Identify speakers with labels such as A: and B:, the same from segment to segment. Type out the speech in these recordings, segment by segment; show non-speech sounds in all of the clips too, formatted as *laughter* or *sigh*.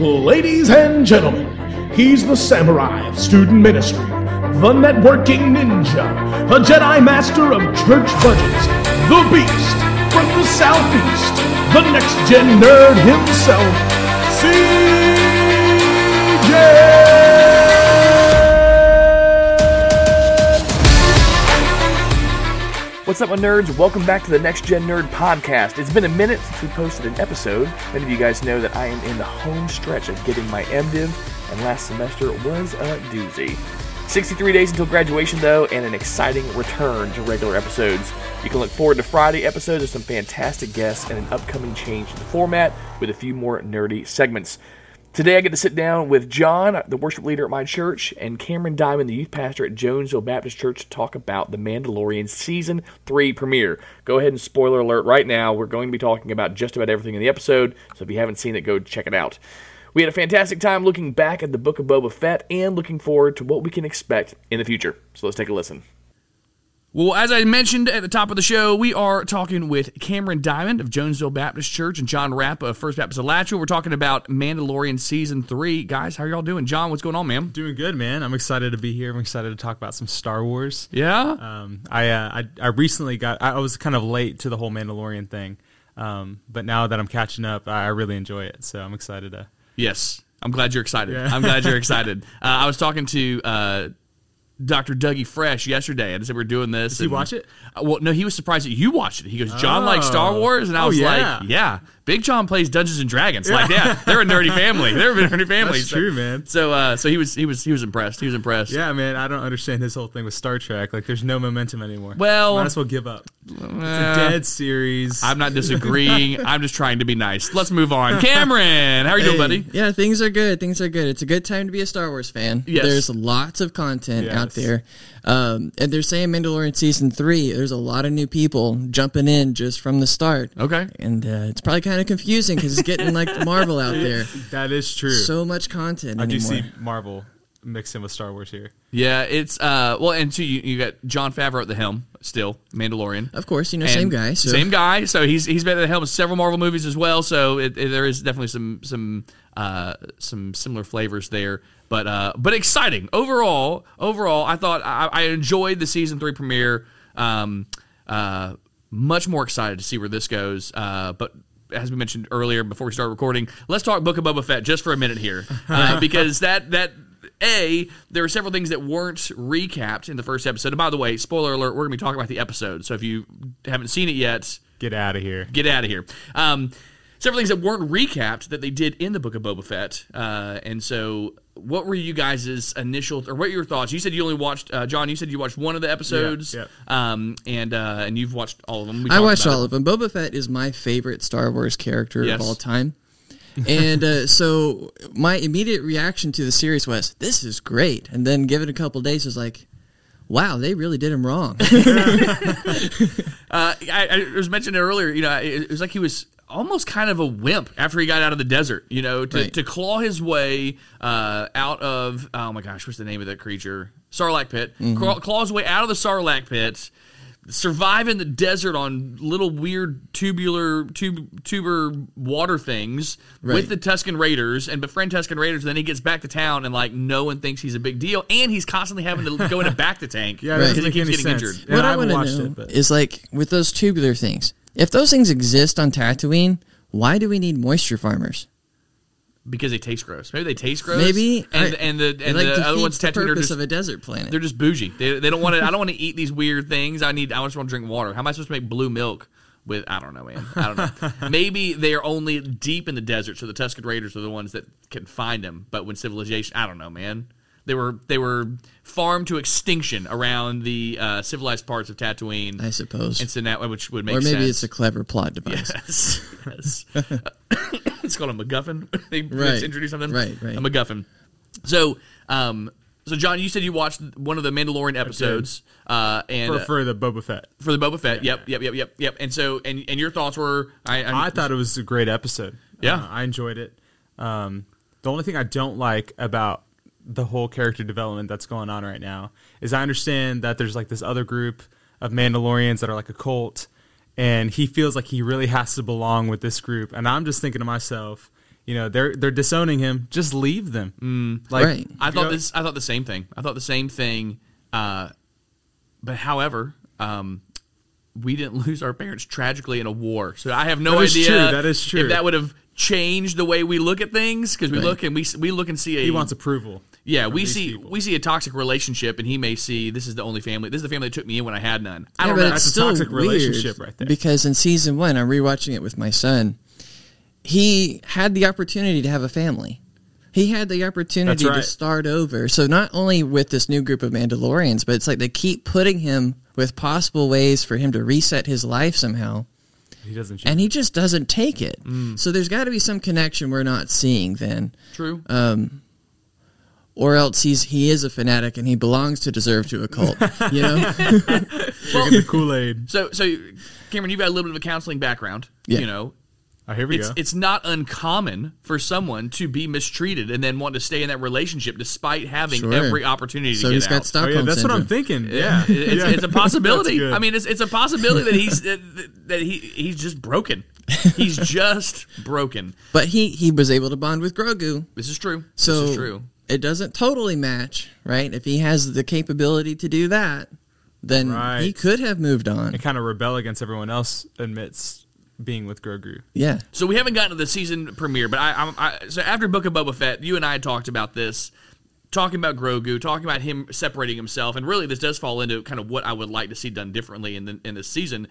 A: Ladies and gentlemen, he's the samurai of student ministry, the networking ninja, a Jedi master of church budgets, the beast from the southeast, the next gen nerd himself, CJ!
B: What's up, my nerds? Welcome back to the Next Gen Nerd Podcast. It's been a minute since we posted an episode. Many of you guys know that I am in the home stretch of getting my MDiv, and last semester was a doozy. 63 days until graduation, though, and an exciting return to regular episodes. You can look forward to Friday episodes with some fantastic guests and an upcoming change to the format with a few more nerdy segments. Today, I get to sit down with John, the worship leader at my church, and Cameron Diamond, the youth pastor at Jonesville Baptist Church, to talk about The Mandalorian Season 3 premiere. Go ahead and spoiler alert right now. We're going to be talking about just about everything in the episode, so if you haven't seen it, go check it out. We had a fantastic time looking back at the book of Boba Fett and looking forward to what we can expect in the future. So let's take a listen.
C: Well, as I mentioned at the top of the show, we are talking with Cameron Diamond of Jonesville Baptist Church and John Rappa of First Baptist Alachua. We're talking about Mandalorian Season 3. Guys, how are y'all doing? John, what's going on, man?
D: Doing good, man. I'm excited to be here. I'm excited to talk about some Star Wars.
C: Yeah?
D: Um, I, uh, I I recently got. I I was kind of late to the whole Mandalorian thing, um, but now that I'm catching up, I I really enjoy it. So I'm excited to.
C: Yes. I'm glad you're excited. I'm glad you're excited.
D: *laughs*
C: Uh, I was talking to uh, Dr. Dougie Fresh yesterday. I said we are doing this. Did
D: you watch it?
C: well, no, he was surprised that you watched it. He goes, John likes Star
D: Oh.
C: Wars? And I
D: Oh,
C: was
D: yeah.
C: like, yeah. Big John plays Dungeons and Dragons. Like, yeah, they're a nerdy family. They're a nerdy family.
D: *laughs* That's
C: So-
D: true, man.
C: So, uh, so he was, he was, he was impressed. He was impressed.
D: Yeah, man. I don't understand his whole thing with Star Trek. Like, there's no momentum anymore.
C: Well-
D: might as well uh, give up.
C: Eh,
D: It's a dead series.
C: I'm
D: *laughs*
C: not disagreeing. I'm just trying to be nice. Let's move on. Cameron, how are you doing, buddy?
E: Yeah, things are good. Things are good. It's a good time to be a Star Wars fan.
C: Yes.
E: There's lots of content out
D: Yes.
E: there. Um, and they're saying Mandalorian season three, there's a lot of new people jumping in just from the start.
C: Okay.
E: And uh, it's probably kind of confusing because it's getting like Marvel
D: *laughs*
E: out there.
D: That is true.
E: So much content.
D: I do
E: anymore.
D: see Marvel mixed in with Star Wars here.
C: Yeah, it's uh well, and two, you, you got John Favreau at the helm still, Mandalorian.
E: Of course, you know,
C: And
E: same guy. So.
C: Same guy. So he's he's been at the helm of several Marvel movies as well. So it, it- there is definitely some some uh, some similar flavors there. But uh, but exciting overall. Overall, I thought I, I enjoyed the season three premiere. Um, uh, much more excited to see where this goes. Uh, but as we mentioned earlier before we start recording, let's talk Book of Boba Fett just for a minute here
E: *laughs*
C: uh, because that that a, there were several things that weren't recapped in the first episode. And by the way, spoiler alert, we're going to be talking about the episode. So if you haven't seen it yet,
D: Get out of here.
C: get out of here. Um, several things that weren't recapped that they did in the Book of Boba Fett. Uh, and so, what were you guys' initial or what were your thoughts? You said you only watched uh, John. You said you watched one of the episodes,
D: yeah.
C: Um, and uh, and you've watched all of them. We
E: I
C: talked
E: watched
C: about
E: all
C: it.
E: of them. Boba Fett is my favorite Star Wars character
C: Yes.
E: of
C: *laughs*
E: all time. and uh, so my immediate reaction to the series was, "This is great." And then, give it a couple days, was like, "Wow, they really did
C: *laughs*
E: him wrong."
C: Uh, I, I it was mentioned earlier. You know, it, it was like he was almost kind of a wimp after he got out of the desert. You know, to,
E: Right.
C: to claw his way uh, out of oh my gosh, what's the name of that creature? Sarlacc pit.
E: Mm-hmm.
C: Claw, claw his way out of the Sarlacc pit. Survive in the desert on little weird tubular tube, tuber water things with
E: Right.
C: the Tuscan Raiders and befriend Tuscan Raiders. And then he gets back to town and like no one thinks he's a big deal. And he's constantly having to go in a back to tank
D: *laughs* Yeah, that
E: Right.
C: because
D: doesn't
C: he
D: make
C: keeps
D: any
C: getting
D: sense.
C: injured.
D: Yeah,
E: what
D: I
E: I
D: haven't
E: want to
D: watched
E: know
D: it, but
E: is like with those tubular things. If those things exist on Tatooine, why do we need moisture farmers?
C: because they taste gross. Maybe they taste gross.
E: Maybe
C: and
E: I-
C: and the
E: it,
C: and
E: like,
C: the other
E: defeats
C: ones
E: the
C: tattooed are
E: purpose
C: just
E: of a desert planet.
C: they're just bougie. They, they don't want to. I don't want to eat these weird things. I need. I just want to drink water. How am I supposed to make blue milk with? I don't know, man. I don't
E: *laughs*
C: know. Maybe they are only deep in the desert, so the Tusken Raiders are the ones that can find them. But when civilization, I don't know, man. They were they were farmed to extinction around the uh, civilized parts of Tatooine.
E: I suppose.
C: And so now, which would make
E: or maybe
C: sense.
E: it's a clever plot device.
C: Yes. yes. *coughs* it's called a MacGuffin. *laughs* they
E: Right.
C: introduce something.
E: Right, right.
C: A MacGuffin. So, um, so John, you said you watched one of the Mandalorian episodes, uh, and
D: for,
C: uh,
D: for the Boba Fett.
C: for the Boba Fett. Yep, yep, yep, yep, yep. And so, and and your thoughts were, I, I'm,
D: I thought it was a great episode.
C: Yeah.
D: Uh, I enjoyed it. Um, the only thing I don't like about the whole character development that's going on right now is I understand that there's like this other group of Mandalorians that are like a cult, and he feels like he really has to belong with this group. And I'm just thinking to myself, You know, they're they're disowning him. Just leave them. Like
E: Right.
C: Mm. I
D: Yeah.
C: thought this. I thought the same thing. I thought the same thing. Uh, but however, um, we didn't *laughs* lose our parents tragically in a war, so I have no
D: That is
C: idea.
D: true. That is true.
C: If that would have changed the way we look at things, because we
E: Right.
C: look and we s- we look and see a
D: he wants approval.
C: yeah,
D: from
C: we
D: these
C: see
D: people.
C: we see a toxic relationship, and he may see this is the only family. This is the family that took me in when I had none. I
E: Yeah,
C: don't
E: but
C: know.
E: it's
D: That's a
E: still
D: toxic
E: weird
D: relationship right there.
E: Because in season one, I'm rewatching it with my son. He had the opportunity to have a family. He had the opportunity
D: That's
E: to
D: right.
E: start over. So not only with this new group of Mandalorians, but it's like they keep putting him with possible ways for him to reset his life somehow,
D: He doesn't. Change.
E: and he just doesn't take it.
D: Mm.
E: So there's got to be some connection we're not seeing then,
C: True.
E: or else he's he is a fanatic and he belongs to deserve to a cult.
D: *laughs*
E: you know,
D: Drinking the Kool Aid.
C: so so, Cameron, you've got a little bit of a counseling background.
E: Yeah.
C: You know,
D: Oh, here we
C: it's
D: go.
C: it's not uncommon for someone to be mistreated and then want to stay in that relationship despite having
E: Sure.
C: every opportunity
E: so
C: to
E: he's
C: get
E: got
C: out.
D: oh
E: Stockholm
D: yeah, that's
E: syndrome.
D: what I'm thinking. Yeah,
C: It- it's,
D: Yeah.
C: it's a possibility.
D: That's good.
C: I mean, it's it's a possibility that he's *laughs* that, that he he's just broken. He's just broken.
E: But he he was able to bond with Grogu.
C: This is true.
E: So
C: this is true.
E: It doesn't totally match, right? If he has the capability to do that, then he
D: Right.
E: could have moved on.
D: and kind of rebel against everyone else admits being with Grogu.
E: Yeah.
C: So we haven't gotten to the season premiere, but I, I, I so after Book of Boba Fett, you and I had talked about this, talking about Grogu, talking about him separating himself, and really this does fall into kind of what I would like to see done differently in the, in this season.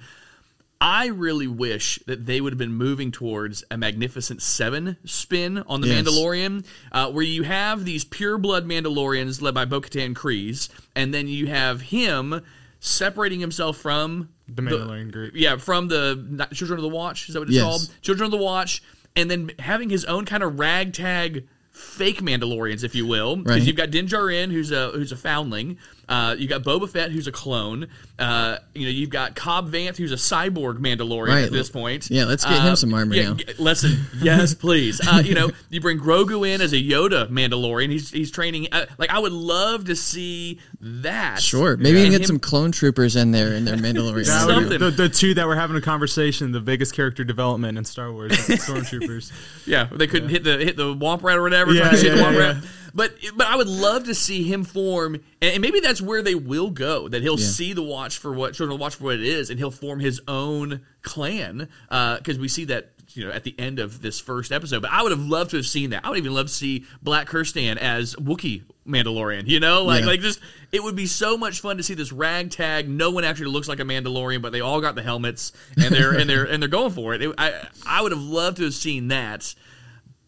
C: I really wish that they would have been moving towards a Magnificent Seven spin on the
E: Yes.
C: Mandalorian, uh, where you have these pure blood Mandalorians led by Bo-Katan Kryze, and then you have him separating himself from
D: The Mandalorian group.
C: yeah, from the not- Children of the Watch. Is that what it's
E: Yes.
C: called? Children of the Watch, and then having his own kind of ragtag fake Mandalorians, if you will, because
E: Right.
C: you've got Din Djarin, who's a who's a foundling. Uh, you got Boba Fett, who's a clone. Uh, you know, you've got Cobb Vanth, who's a cyborg Mandalorian
E: Right.
C: at this point. Uh,
E: Yeah, let's get him some armor
C: yeah,
E: now.
C: g- Listen, yes,
D: *laughs*
C: please. Uh, you know, you bring Grogu in as a Yoda Mandalorian. He's he's training. Uh, like, I would love to see that.
E: Sure. Maybe you
C: And
E: can get
C: him-
E: some clone troopers in there
C: *laughs*
E: in their Mandalorian.
D: That
E: outfit.
D: would-
C: Something.
D: The, the two that were having a conversation, the biggest character development in Star Wars, *laughs* the stormtroopers.
C: Yeah, they couldn't hit the hit the womp rat or whatever.
D: Yeah,
C: trying to shoot
D: yeah,
C: the
D: yeah,
C: womp
D: yeah.
C: rat. But but I would love to see him form, and, and maybe that's where they will go. That he'll see the watch for what children will watch for what it is, and he'll form his own clan. Because we see that you know at the end of this first episode. But I would have loved to have seen that. I would even love to see Black Kirstan as Wookiee Mandalorian. You know, like
E: Yeah.
C: like just it would be so much fun to see this ragtag. No one actually looks like a Mandalorian, but they all got the helmets and they're and they're and they're going for it. It- I I would have loved to have seen that,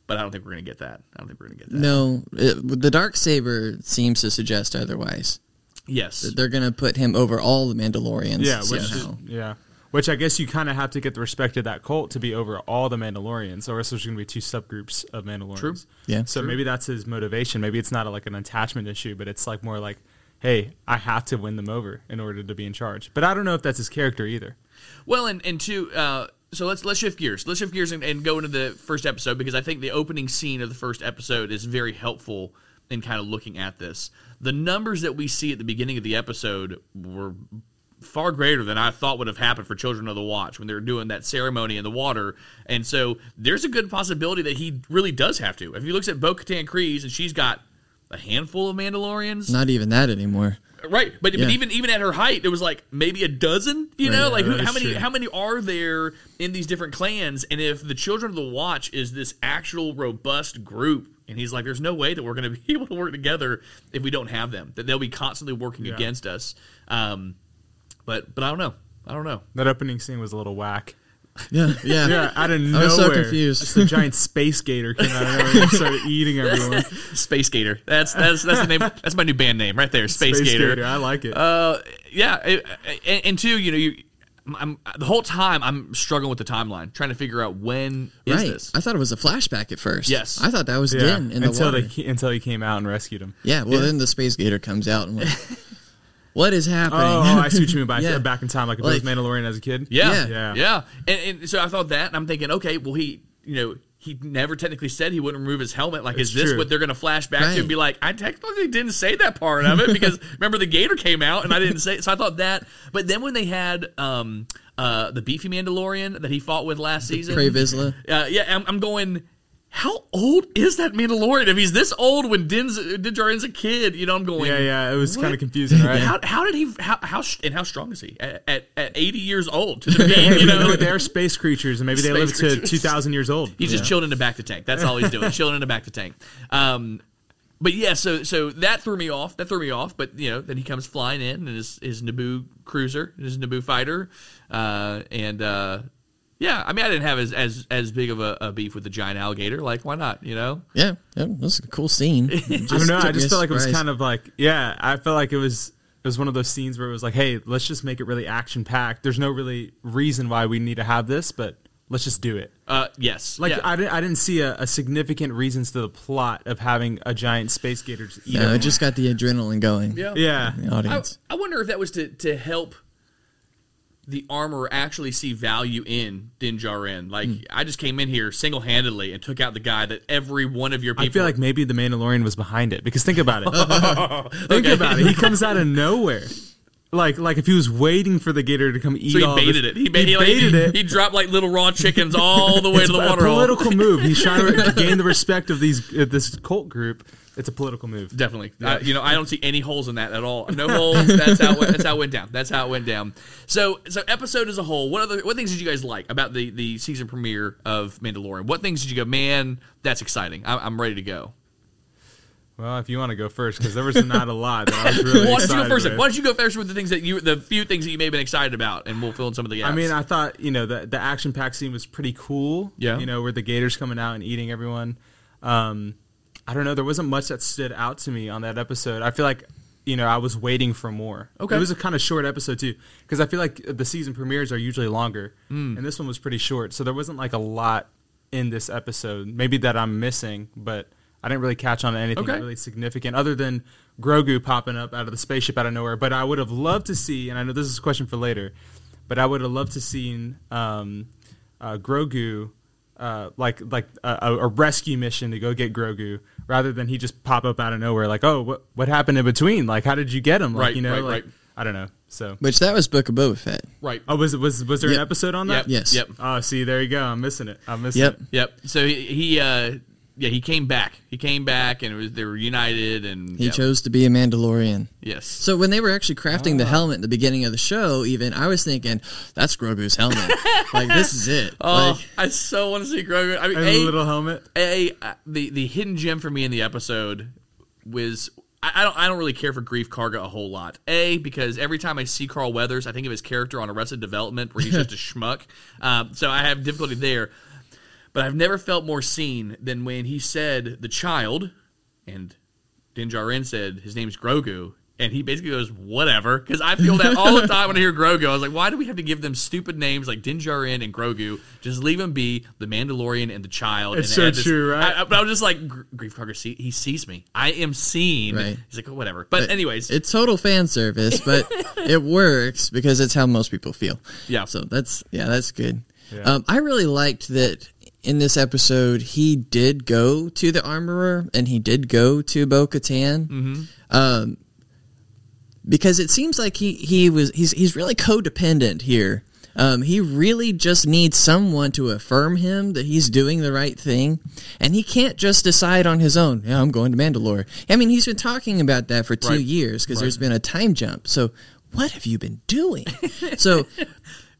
C: but I don't think we're gonna get that. I don't think we're gonna get that.
E: No, it, the dark saber seems to suggest otherwise.
C: Yes,
E: They're going to put him over all the Mandalorians.
D: Yeah, which is-
E: somehow.
D: yeah, which I guess you kind of have to get the respect of that cult to be over all the Mandalorians, or else there's going to be two subgroups of Mandalorians.
C: True.
E: Yeah.
D: So maybe that's his motivation. Maybe it's not like an attachment issue, but it's like more like, hey, I have to win them over in order to be in charge. But I don't know if that's his character either.
C: Well, and and two. Uh, so let's let's shift gears. Let's shift gears and, and go into the first episode because I think the opening scene of the first episode is very helpful in kind of looking at this. The numbers that we see at the beginning of the episode were far greater than I thought would have happened for Children of the Watch when they were doing that ceremony in the water. And so there's a good possibility that he really does have to. If he looks at Bo Katan Kryze and she's got a handful of Mandalorians,
E: Not even that anymore.
C: Right, but,
E: Yeah.
C: but even even at her height, there was like maybe a dozen. You know, like who,
D: that
C: how
D: is
C: many
D: true.
C: how many are there in these different clans? And if the Children of the Watch is this actual robust group, and he's like, "There's no way that we're going to *laughs* be able to work together if we don't have them. That they'll be constantly working against us." Um, but but I don't know. I don't know.
D: That opening scene was a little whack.
E: Yeah, *laughs* yeah.
D: Yeah, out of nowhere.
E: I was so confused.
D: Just a giant space gator came out of nowhere and
E: *laughs*
D: started eating everyone.
C: Space Gator. That's that's that's the name. That's my new band name right there. Space, Gator.
D: I like it.
C: Uh, yeah, it- and, and two, you know, you, I'm, I'm- the whole time I'm struggling with the timeline, trying to figure out when is
E: Right.
C: this.
E: I thought it was a flashback at first.
C: Yes.
E: I thought that was
D: yeah.
E: Din in the
D: until
E: water.
D: they ca- until he came out and rescued him.
E: Yeah, well, then the space gator comes out and like, *laughs* what is happening?
D: Oh,
E: *laughs*
D: I see what you mean by
E: Yeah.
D: back in time, like if
E: Like-
D: it was Mandalorian as a kid.
C: Yeah,
E: Yeah.
C: yeah,
D: Yeah.
C: And, and so I thought that, and I'm thinking, okay, well, he, you know, he never technically said he wouldn't remove his helmet. Like, is
D: It's
C: this
D: true.
C: what they're going to flash back
E: Right.
C: to and be like? I technically didn't say that part
D: *laughs*
C: of it because remember the gator came out and I didn't say. it. So I thought that, but then when they had um uh the beefy Mandalorian that he fought with last season,
E: Pre Vizsla.
C: uh, yeah, I'm, I'm going. how old is that Mandalorian? If he's this old when Din's, Din Djarin's a kid, you know, I'm going.
D: Yeah, yeah, it was
C: what?
D: kind of confusing,
E: *laughs*
D: right?
C: How, how did he? How, how sh- and how strong is he at, at, at 80 years old?
D: *laughs*
C: To the game, you know,
D: But they're space creatures, and maybe they live
C: Space
D: to
C: creatures.
D: 2,000 years old.
E: *laughs*
C: He's just chilling in the back of the tank. That's all he's
D: *laughs*
C: doing, chilling in the back of the tank. Um, but yeah, so so that threw me off. That threw me off. But you know, then he comes flying in and his his Naboo cruiser, his Naboo fighter, uh, and uh, yeah, I mean, I didn't have as as as big of a, a beef with the giant alligator. Like, why not? You know,
E: Yeah, yeah that's a cool *laughs* scene.
D: I don't know. I just felt like it was kind of like, yeah, I felt like it was it was one of those scenes where it was like, hey, let's just make it really action packed. There's no really reason why we need to have this, but let's just do it.
C: uh, yes,
D: Like
C: yeah.
D: I didn't I didn't see a, a significant reasons to the plot of having a giant space gator just eat.
E: Yeah,
D: him.
E: it just got the adrenaline going.
C: Yeah.
D: yeah.
E: The
C: I,
E: audience.
C: I wonder if that was to, to help the armorer actually see value in Din Djarin. Like,
D: Hmm.
C: I just came in here single handedly and took out the guy that every one of your people.
D: I feel like maybe the Mandalorian was behind it because
C: *laughs*
D: think about it. think
C: Okay.
D: about it. He comes out of nowhere. Like like if he was waiting for the gator to come eat
C: So he
D: all
C: baited
D: this-
C: it. He, ba- he, like,
D: baited
C: he-
D: it.
C: He dropped like little raw chickens all the way to the
D: a
C: water hole. *laughs*
D: political move. He's trying to gain the respect of these uh, this cult group. It's a political move.
C: Definitely. Uh, you know, I don't see any holes in that at all. No holes. That's how it went, that's how it went down. That's how it went down. So so episode as a whole, what other what things did you guys like about the the season premiere of Mandalorian? What things did you go, man? That's exciting. I'm, I'm ready to go.
D: Well, if you want to go first, because there was not a lot that
C: *laughs*
D: I was really
C: Why don't you
D: excited
C: go first?
D: with.
C: Why don't you go first with the things that you the few things that you may have been excited about, and we'll fill in some of the gaps.
D: I mean, I thought you know the the action pack scene was pretty cool.
C: Yeah.
D: you know where the gators coming out and eating everyone. Um, I don't know. There wasn't much that stood out to me on that episode. I feel like you know I was waiting for more.
C: Okay.
D: it was a kind of short episode too, because I feel like the season premieres are usually longer,
C: Hmm.
D: and this one was pretty short. So there wasn't like a lot in this episode. Maybe that I'm missing, but. I didn't really catch on to anything
C: Okay.
D: really significant other than Grogu popping up out of the spaceship out of nowhere. But I would have loved to see, and I know this is a question for later, but I would have loved to seen um, uh, Grogu uh, like like a, a a rescue mission to go get Grogu rather than he just pop up out of nowhere like oh what what happened in between like how did you get him like
C: Right,
D: you know
C: right,
D: like
C: right.
D: I don't know so
E: Which that was Book of Boba Fett.
C: right?
D: oh was was was there an
E: Yep.
D: episode on
C: yep.
D: that
E: Yes.
C: Yep.
D: oh see there you go I'm missing it I'm missing
E: Yep.
D: it
C: Yep. So he, he uh, yeah, he came back. He came back, and it was they were united, and
E: He
C: yeah.
E: chose to be a Mandalorian. Ah.
C: yes.
E: So when they were actually crafting the helmet at the beginning of the show, even I was thinking, "That's Grogu's *laughs* helmet. like this is it."
C: oh,
E: Like,
C: I so want to see Grogu. I mean,
D: And
C: a,
D: the little helmet
C: a uh, the the hidden gem for me in the episode was I, I don't I don't really care for Grief Karga a whole lot. A because every time I see Carl Weathers, I think of his character on Arrested Development where he's just a schmuck. Um, so I have difficulty there. But I've never felt more seen than when he said the child, and Din Djarin said his name's Grogu. And he basically goes, whatever. Because I feel that all
D: *laughs*
C: the time when I hear Grogu. I was like, why do we have to give them stupid names like Din Djarin and Grogu? Just leave them be, the Mandalorian and the child.
D: It's
C: and
D: so
C: add this-
D: true, right?
C: I, I- but I was just like, Gr- Grief Karga, see, he sees me. I am seen.
E: Right.
C: He's like, oh, whatever. But, anyways,
E: it's total fan service, but it works because it's how most people feel.
C: Yeah.
E: So that's yeah, that's good. Um, I really liked that in this episode he did go to the armorer and he did go to Bo Katan. Um, because it seems like he, he was he's he's really codependent here. Um, he really just needs someone to affirm him that he's doing the right thing, and he can't just decide on his own. Yeah, I'm going to Mandalore. I mean, he's been talking about that for two
C: Right.
E: years because there's been a time jump. So, what have you been doing?
C: *laughs*
E: so,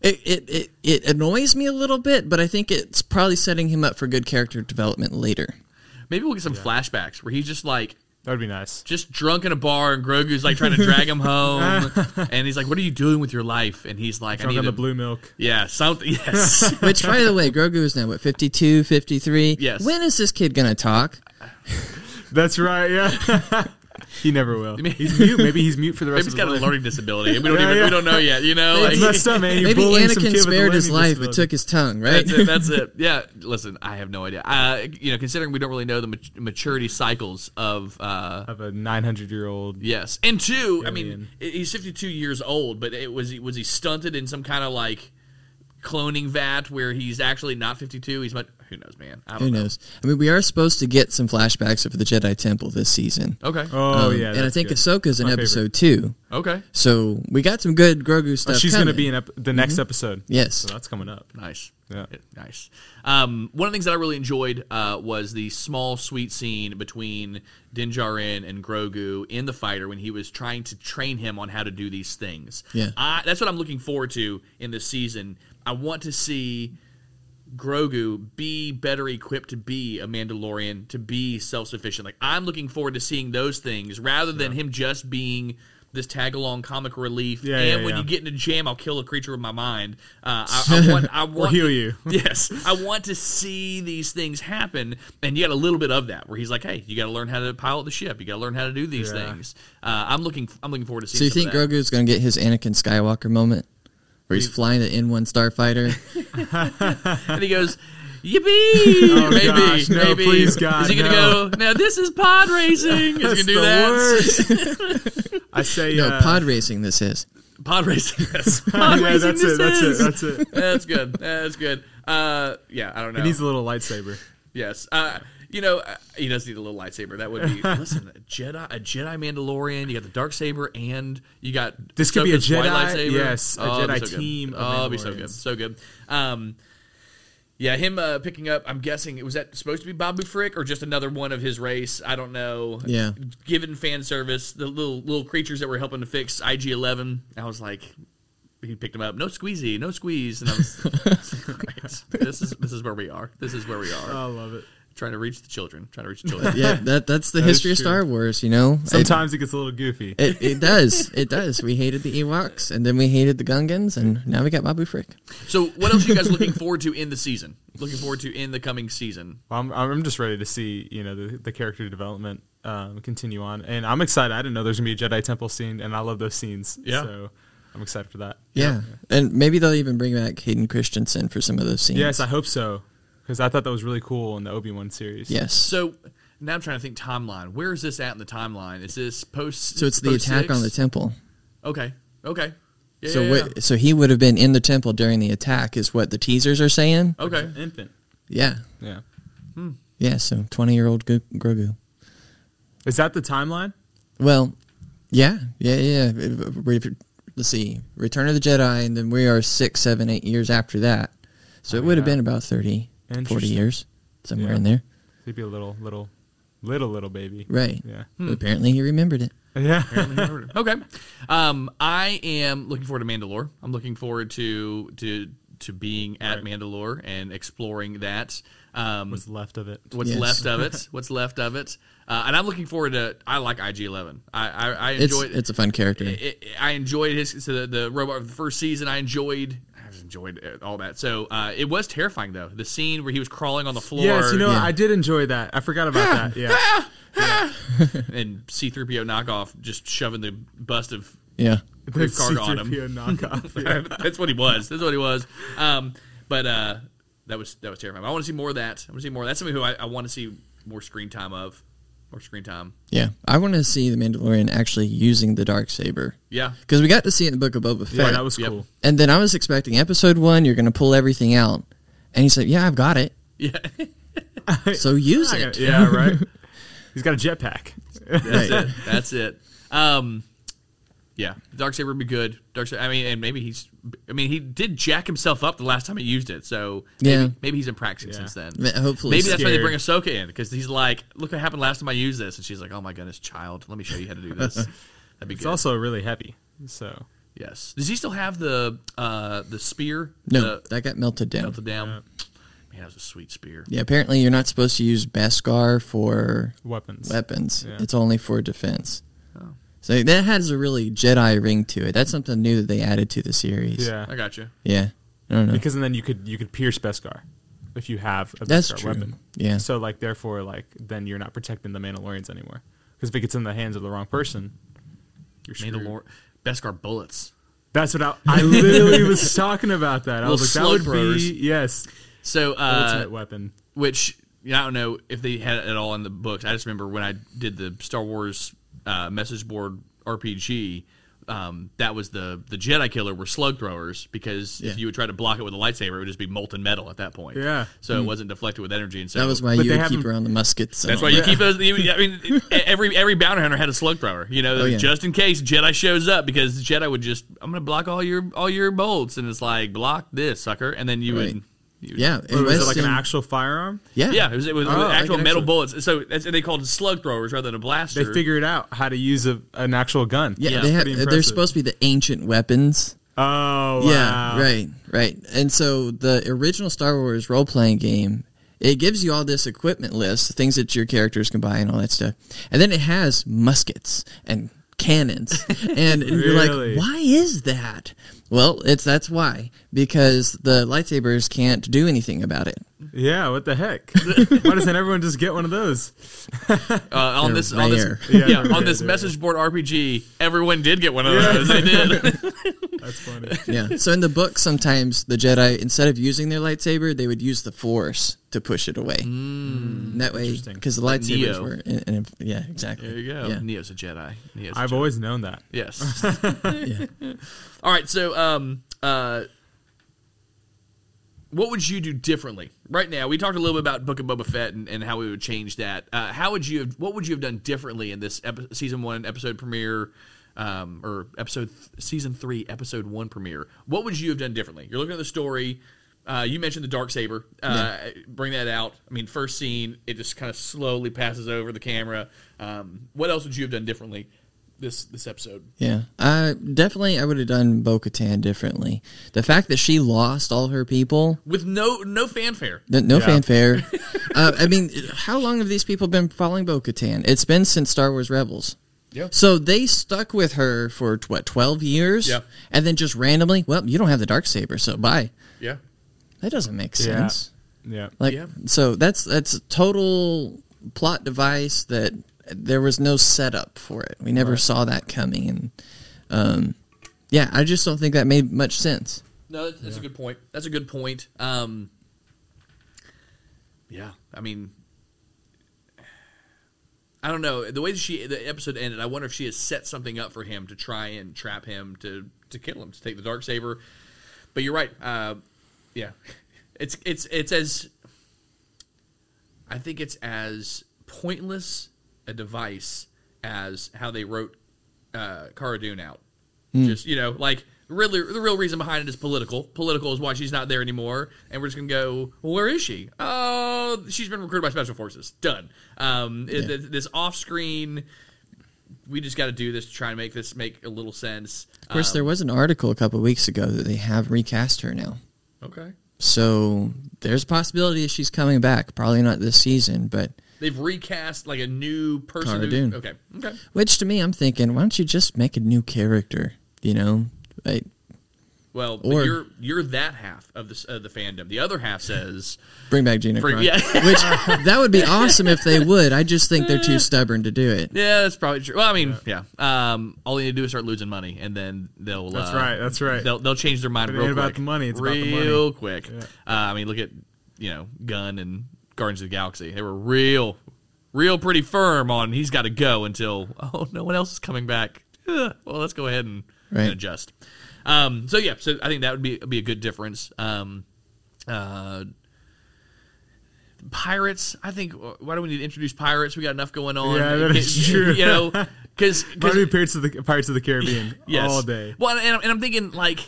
E: it, it it it annoys me a little bit, but I think it's probably setting him up for good character development later.
C: maybe we'll get some flashbacks where he's just like,
D: that would be nice
C: just drunk in a bar, and Grogu's like trying to drag him
D: *laughs*
C: home, and he's like, "What are you doing with your life?" And he's like, "I
D: drunk
C: need
D: on
C: a
D: the blue milk
C: yeah, something."
D: *laughs*
C: Yes, *laughs*
E: Which, by the way, Grogu is now what 52, 53?
C: Yes.
E: When is this kid gonna talk?
D: that's right yeah *laughs* he never will he's mute maybe he's mute for the rest
C: maybe *laughs* he's
D: of *laughs*
C: got a
D: his life
C: learning disability. and We don't
D: Yeah,
C: even
D: yeah.
C: we don't know yet. You know,
D: it's
C: Like-
D: messed up man You're
E: Maybe
D: bullying some kid
E: Anakin
D: with a
E: spared his
D: learning
E: life, but
D: disability.
E: took his tongue,
C: *laughs*
E: right?
C: That's it. That's it. Yeah. Listen, I have no idea. Uh, you know, considering we don't really know the mat- maturity cycles of. Uh,
D: of a 900 year old
C: yes, and two. I mean,
D: Alien.
C: he's fifty-two years old, but it was he was he stunted in some kind of like cloning vat where he's actually not fifty-two. He's much. Who knows, man? I don't
E: *laughs* Who
C: know.
E: knows? I mean, we are supposed to get some flashbacks of the Jedi Temple this season.
C: Okay.
D: Oh
E: Um,
D: yeah,
E: and I
D: that's
E: think
D: good.
E: Ahsoka's in
D: My favorite. Oh,
E: episode two,
C: okay.
E: so we got some good Grogu stuff.
D: She's
E: going to
D: be in ep- the next episode.
E: Mm-hmm. Yes.
D: so that's coming up.
C: Nice.
D: Yeah.
C: Nice. Um, one of the things that I really enjoyed uh, was the small, sweet scene between Din Djarin and Grogu in the fighter when he was trying to train him on how to do these things.
E: Yeah.
C: I, that's what I'm looking forward to in this season. I want to see Grogu be better equipped to be a Mandalorian, to be self sufficient. Like I'm looking forward to seeing those things rather than him just being this tag along comic relief.
D: Yeah,
C: and
D: yeah,
C: when
D: yeah.
C: you get in a jam, I'll kill a creature with my mind. Uh, I,
D: *laughs*
C: I want, I want
D: heal you.
C: *laughs* yes, I want to see these things happen, and you got a little bit of that where he's like, "Hey, you got to learn how to pilot the ship. You got to learn how to do these
D: Yeah.
C: things." Uh, I'm looking, I'm looking forward to seeing.
E: So you
C: some
E: think
C: of that.
E: Grogu's gonna get his Anakin Skywalker moment, where he's flying the N
D: *laughs*
E: one starfighter?
C: and he goes, "Yippee!" Oh, maybe,
D: gosh, no,
C: maybe.
D: please, God,
C: Is he gonna
D: no.
C: go? Now this is pod racing. Is he gonna
D: *laughs* That's
C: do
D: the
C: that?
D: *laughs* worst. I say
E: no,
D: uh,
E: pod racing. This is.
C: Pod
D: *laughs*
C: racing. Yes. Pod
D: Yeah,
C: racing.
D: that's
C: this
D: it. That's
C: is.
D: it. That's it.
C: That's good. That's good. Uh, yeah, I don't know.
D: He needs a little lightsaber.
C: Yes. Uh, you know, uh, he does need a little lightsaber. That would
D: *laughs*
C: be listen, a Jedi, a Jedi Mandalorian. You got the dark saber, and you got
D: This could be a
C: Ahsoka's white
D: Jedi-
C: lightsaber.
D: yes, a
C: it'd be
D: Jedi
C: so
D: team
C: Good.
D: of
C: Oh, it'd be so good,
D: Mandalorians.
C: so good. Um, yeah, him uh, picking up. I'm guessing was that supposed to be Babu Frick or just another one of his race? I don't know.
E: Yeah.
C: Given fan service, the little little creatures that were helping to fix IG Eleven, I was like. He picked him up. No squeezy, no squeeze, and I
D: *laughs*
C: was. all right, this is this is where we are. This is where we are
D: Oh, I love it.
C: trying to reach the children, trying to reach the
E: *laughs*
C: children.
D: *laughs*
E: Yeah, that that's the
D: is
E: history of
D: true.
E: Star Wars. You know, It-
D: Sometimes it gets a little goofy.
E: It, it does. It does. We hated the Ewoks, and then we hated the Gungans, and now we got Babu Frick.
C: so, what else are you guys looking forward to in the season? Looking forward to in the coming season?
D: Well, I'm, I'm just ready to see you know the, the character development um, continue on, and I'm excited. I didn't know there's gonna be a Jedi Temple scene, and I love those scenes.
C: Yeah.
D: so I'm excited for that.
E: Yeah. And maybe they'll even bring back Hayden Christensen for some of those scenes.
D: Yes, I hope so, because I thought that was really cool in the Obi Wan series.
E: Yes. So,
C: So, now I'm trying to think timeline. Where is this at in the timeline? Is this post?
E: it's the
C: post
E: attack
C: six?
E: on the temple.
C: Okay. Okay. Yeah,
E: so
C: yeah,
E: what, so he would have been in the temple during the attack is what the teasers are saying.
C: yeah.
E: *laughs*
C: Okay. *laughs*
D: infant.
E: Yeah.
D: Yeah,
E: Yeah, so 20-year-old Go- Grogu.
D: is that the timeline?
E: Well, yeah. Yeah, yeah. yeah. Re- re- Let's see. Return of the Jedi and then we are six, seven, eight years after that. So it would have
D: yeah.
E: been about 30, 40
D: Interesting.
E: years somewhere
D: Yeah.
E: in there.
D: He'd be a little, little, little, little baby.
E: Right.
D: Yeah.
E: But apparently he remembered it.
D: *laughs* Yeah.
C: Okay. Um, I am looking forward to Mandalore. I'm looking forward to to to being at Mandalore and exploring that. Um,
D: What's left of it?
C: what's
E: Yes.
C: left of
E: *laughs*
C: it? What's left of it? Uh, and I'm looking forward to. I like IG11. I I, I
E: It's
C: enjoy
E: it's a fun character.
C: it, it- I enjoyed his so the, the robot of the first season. I enjoyed. I just enjoyed all that. So uh, it was terrifying though. The scene where he was crawling on the floor.
D: Yes, you know
E: yeah.
D: I did enjoy that. I forgot about that. Yeah,
C: and C-3PO knockoff just shoving the bust of *laughs*
E: yeah.
D: the
C: Grief Karga on him.
D: C-3PO knockoff. Yeah.
C: That's what he was. That's what he was. Um, but uh, that was that was terrifying. I want to see more of that. I want to see more. of That's somebody who I, I want to see more screen time of. More screen time.
E: Yeah. I want to see the Mandalorian actually using the dark saber.
C: Yeah. *laughs*
E: Because we got to see it in the Book of Boba Fett.
D: Yeah, that was
C: Yep.
D: cool.
E: and then I was expecting episode one, you're going to pull everything out. And he's like, yeah, I've got it.
C: Yeah.
E: So use
D: Yeah,
E: it.
D: yeah, right. He's got a jetpack.
E: Right.
C: That's it. That's it. Um, yeah, dark saber would be good. Dark saber. I mean, and maybe he's. I mean, he did jack himself up the last time he used it. So maybe,
E: Yeah.
C: maybe he's been practicing
D: Yeah.
C: since then.
E: Ma- Hopefully.
C: Maybe
E: so.
C: that's why they
D: Scared.
C: bring Ahsoka in because he's like, "Look what happened last time I used this," and she's like, "Oh my goodness, child, let me show you how to do
D: *laughs*
C: this." That'd be
D: It's
C: good.
D: also really heavy. So
C: yes. Does he still have the uh the spear?
E: no,
C: the,
E: that got melted down.
C: melted down. Man, that was a sweet spear.
E: Yeah, apparently you're not supposed to use Beskar for
D: weapons.
E: weapons.
D: Yeah.
E: It's only for defense. So that has a really Jedi ring to it. That's something new that they added to the series.
D: Yeah,
C: I got you.
E: Yeah. I don't know.
D: because then you could you could pierce Beskar if you have a
E: That's
D: Beskar
E: true.
D: weapon.
E: Yeah.
D: So like therefore like then you're not protecting the Mandalorians anymore because if it gets in the hands of the wrong person, you're screwed.
C: Mandalore, Beskar bullets.
D: That's what I, I
E: *laughs*
D: literally was talking about that. I was like
C: Little
D: that would
C: slug throwers.
D: be yes
C: So uh,
D: ultimate weapon.
C: which you know, I don't know if they had it at all in the books. I just remember when I did the Star Wars uh, message board RPG. Um, that was the the Jedi killer were slug throwers because
E: Yeah.
C: if you would try to block it with a lightsaber, it would just be molten metal at that point.
D: Yeah.
C: so it wasn't deflected with energy, and so
E: Mm-hmm. that was why
D: But
E: you
D: they
E: would keep
D: haven't-
E: around the muskets. and
C: That's
E: all
C: why you keep those. You, I
E: *laughs*
C: mean, e- every every bounty hunter had a slug thrower. You know,
E: Oh, yeah.
C: just in case Jedi shows up, because the Jedi would just, I'm going to block all your all your bolts, and it's like block this sucker, and then you
E: Right.
C: would
D: feud.
E: Yeah,
D: Or was it
E: West
D: like an
E: End-
D: actual firearm?
E: Yeah,
C: Yeah, it was, it was
E: Oh,
C: with
E: like
C: actual
E: an
C: metal
E: actual-
C: bullets. So that's, and they called it slug throwers rather than a blaster.
D: They figured out how to use a, an actual gun.
E: Yeah,
C: Yeah,
E: they
D: pretty
E: have, they're
D: impressive.
E: supposed to be the ancient weapons.
D: Oh, wow.
E: Yeah, right, right. And so the original Star Wars role playing game, it gives you all this equipment list, things that your characters can buy and all that stuff. And then it has muskets and cannons. And, and
D: Really?
E: you're like, why is that? Well, it's that's why. Because the lightsabers can't do anything about it.
D: Yeah, what the
C: *laughs*
D: heck? Why doesn't everyone just get one of those?
C: uh, on
E: They're
C: this on this
E: rare.
C: yeah,
D: Yeah,
C: on
D: they're
C: this
D: rare.
C: message board RPG, everyone did get one of those. They did.
D: That's funny.
E: Yeah. so in the book sometimes the Jedi instead of using their lightsaber, they would use the force to push it away. Mm, that way cuz the lightsabers
C: Neo.
E: were in, in- yeah, exactly.
C: there you go.
E: Yeah.
C: Neo's a Jedi. Neo's a
D: I've
C: Jedi.
D: always known that.
C: *laughs* Yes. All right. So, um, uh, what would you do differently right now? We talked a little bit about Book of Boba Fett and, and how we would change that. Uh, how would you have? What would you have done differently in this epi- season one episode premiere, um, or episode th- season three episode one premiere? What would you have done differently? You're looking at the story. Uh, you mentioned the dark saber. Uh, Bring that out. I mean, first scene, it just kind of slowly passes over the camera. Um, what else would you have done differently this this episode?
E: Yeah, I definitely I would have done Bo Katan differently. The fact that she lost all her people,
C: with no no fanfare.
E: no, no
C: *laughs*
D: Yeah.
E: fanfare. uh, I mean, how long have these people been following Bo Katan? It's been since Star Wars Rebels.
C: Yeah.
E: So they stuck with her for what twelve years,
C: Yeah.
E: and then just randomly, well, you don't have the dark saber, so bye.
C: Yeah.
E: That doesn't make
D: Yeah.
E: sense.
D: Yeah.
E: Like,
C: Yeah.
E: so that's that's a total plot device that there was no setup for it. We never saw that coming, and um, yeah, I just don't think that made much sense.
C: No, that's, that's a good point. That's a good point. Um, yeah, I mean, I don't know the way that she the episode ended. I wonder if she has set something up for him to try and trap him to to kill him to take the dark saber. But you're right. Uh, yeah, *laughs* it's it's it's as I think it's as pointless a device as how they wrote uh, Cara Dune out.
E: Hmm.
C: Just you know, like really, the real reason behind it is political. Political is why she's not there anymore, and we're just gonna go. Well, where is she? Oh, she's been recruited by special forces. Done. Um, it- th- this off-screen, we just got to do this to try and make this make a little sense.
E: Of course, there was an article a couple weeks ago that they have recast her now,
C: Okay,
E: so there's a possibility she's coming back. Probably not this season, but
C: they've recast like a new person.
E: Cara
C: who-
E: Dune.
C: Okay, okay.
E: which to me, I'm thinking, why don't you just make a new character? You know, like
C: Well, but
E: Or-
C: you're you're that half of the of the fandom. The other half
E: *laughs*
C: says,
E: bring back Gina.
C: Bring- *laughs*
E: Carano.
C: yeah.
E: which that would be awesome if they would. I just think they're
C: *laughs*
E: too stubborn to do it.
C: "Yeah, that's probably true." Well, I mean, yeah. Um, all you need to do is start losing money, and then they'll.
D: That's
C: uh,
D: right, that's right.
C: They'll they'll change their mind.
D: It
C: real
D: ain't about
C: quick.
D: the money, it's about the money.
C: real quick. Uh, I mean, look at you know Gunn and Guardians of the Galaxy. They were real, real pretty firm on he's got to go until oh no one else is coming back. Ugh, well, let's go ahead and, and
E: Right.
C: adjust. Um, so yeah, so I think that would be be a good difference. Um, uh, pirates. I think. Why do we need to introduce pirates? We got enough going on.
D: Yeah, that is true.
C: You know,
D: *laughs*
C: because
D: Why do we Pirates of the Pirates of the Caribbean
C: *laughs* yes.
D: all day?
C: Well, and, I'm- and I'm thinking like,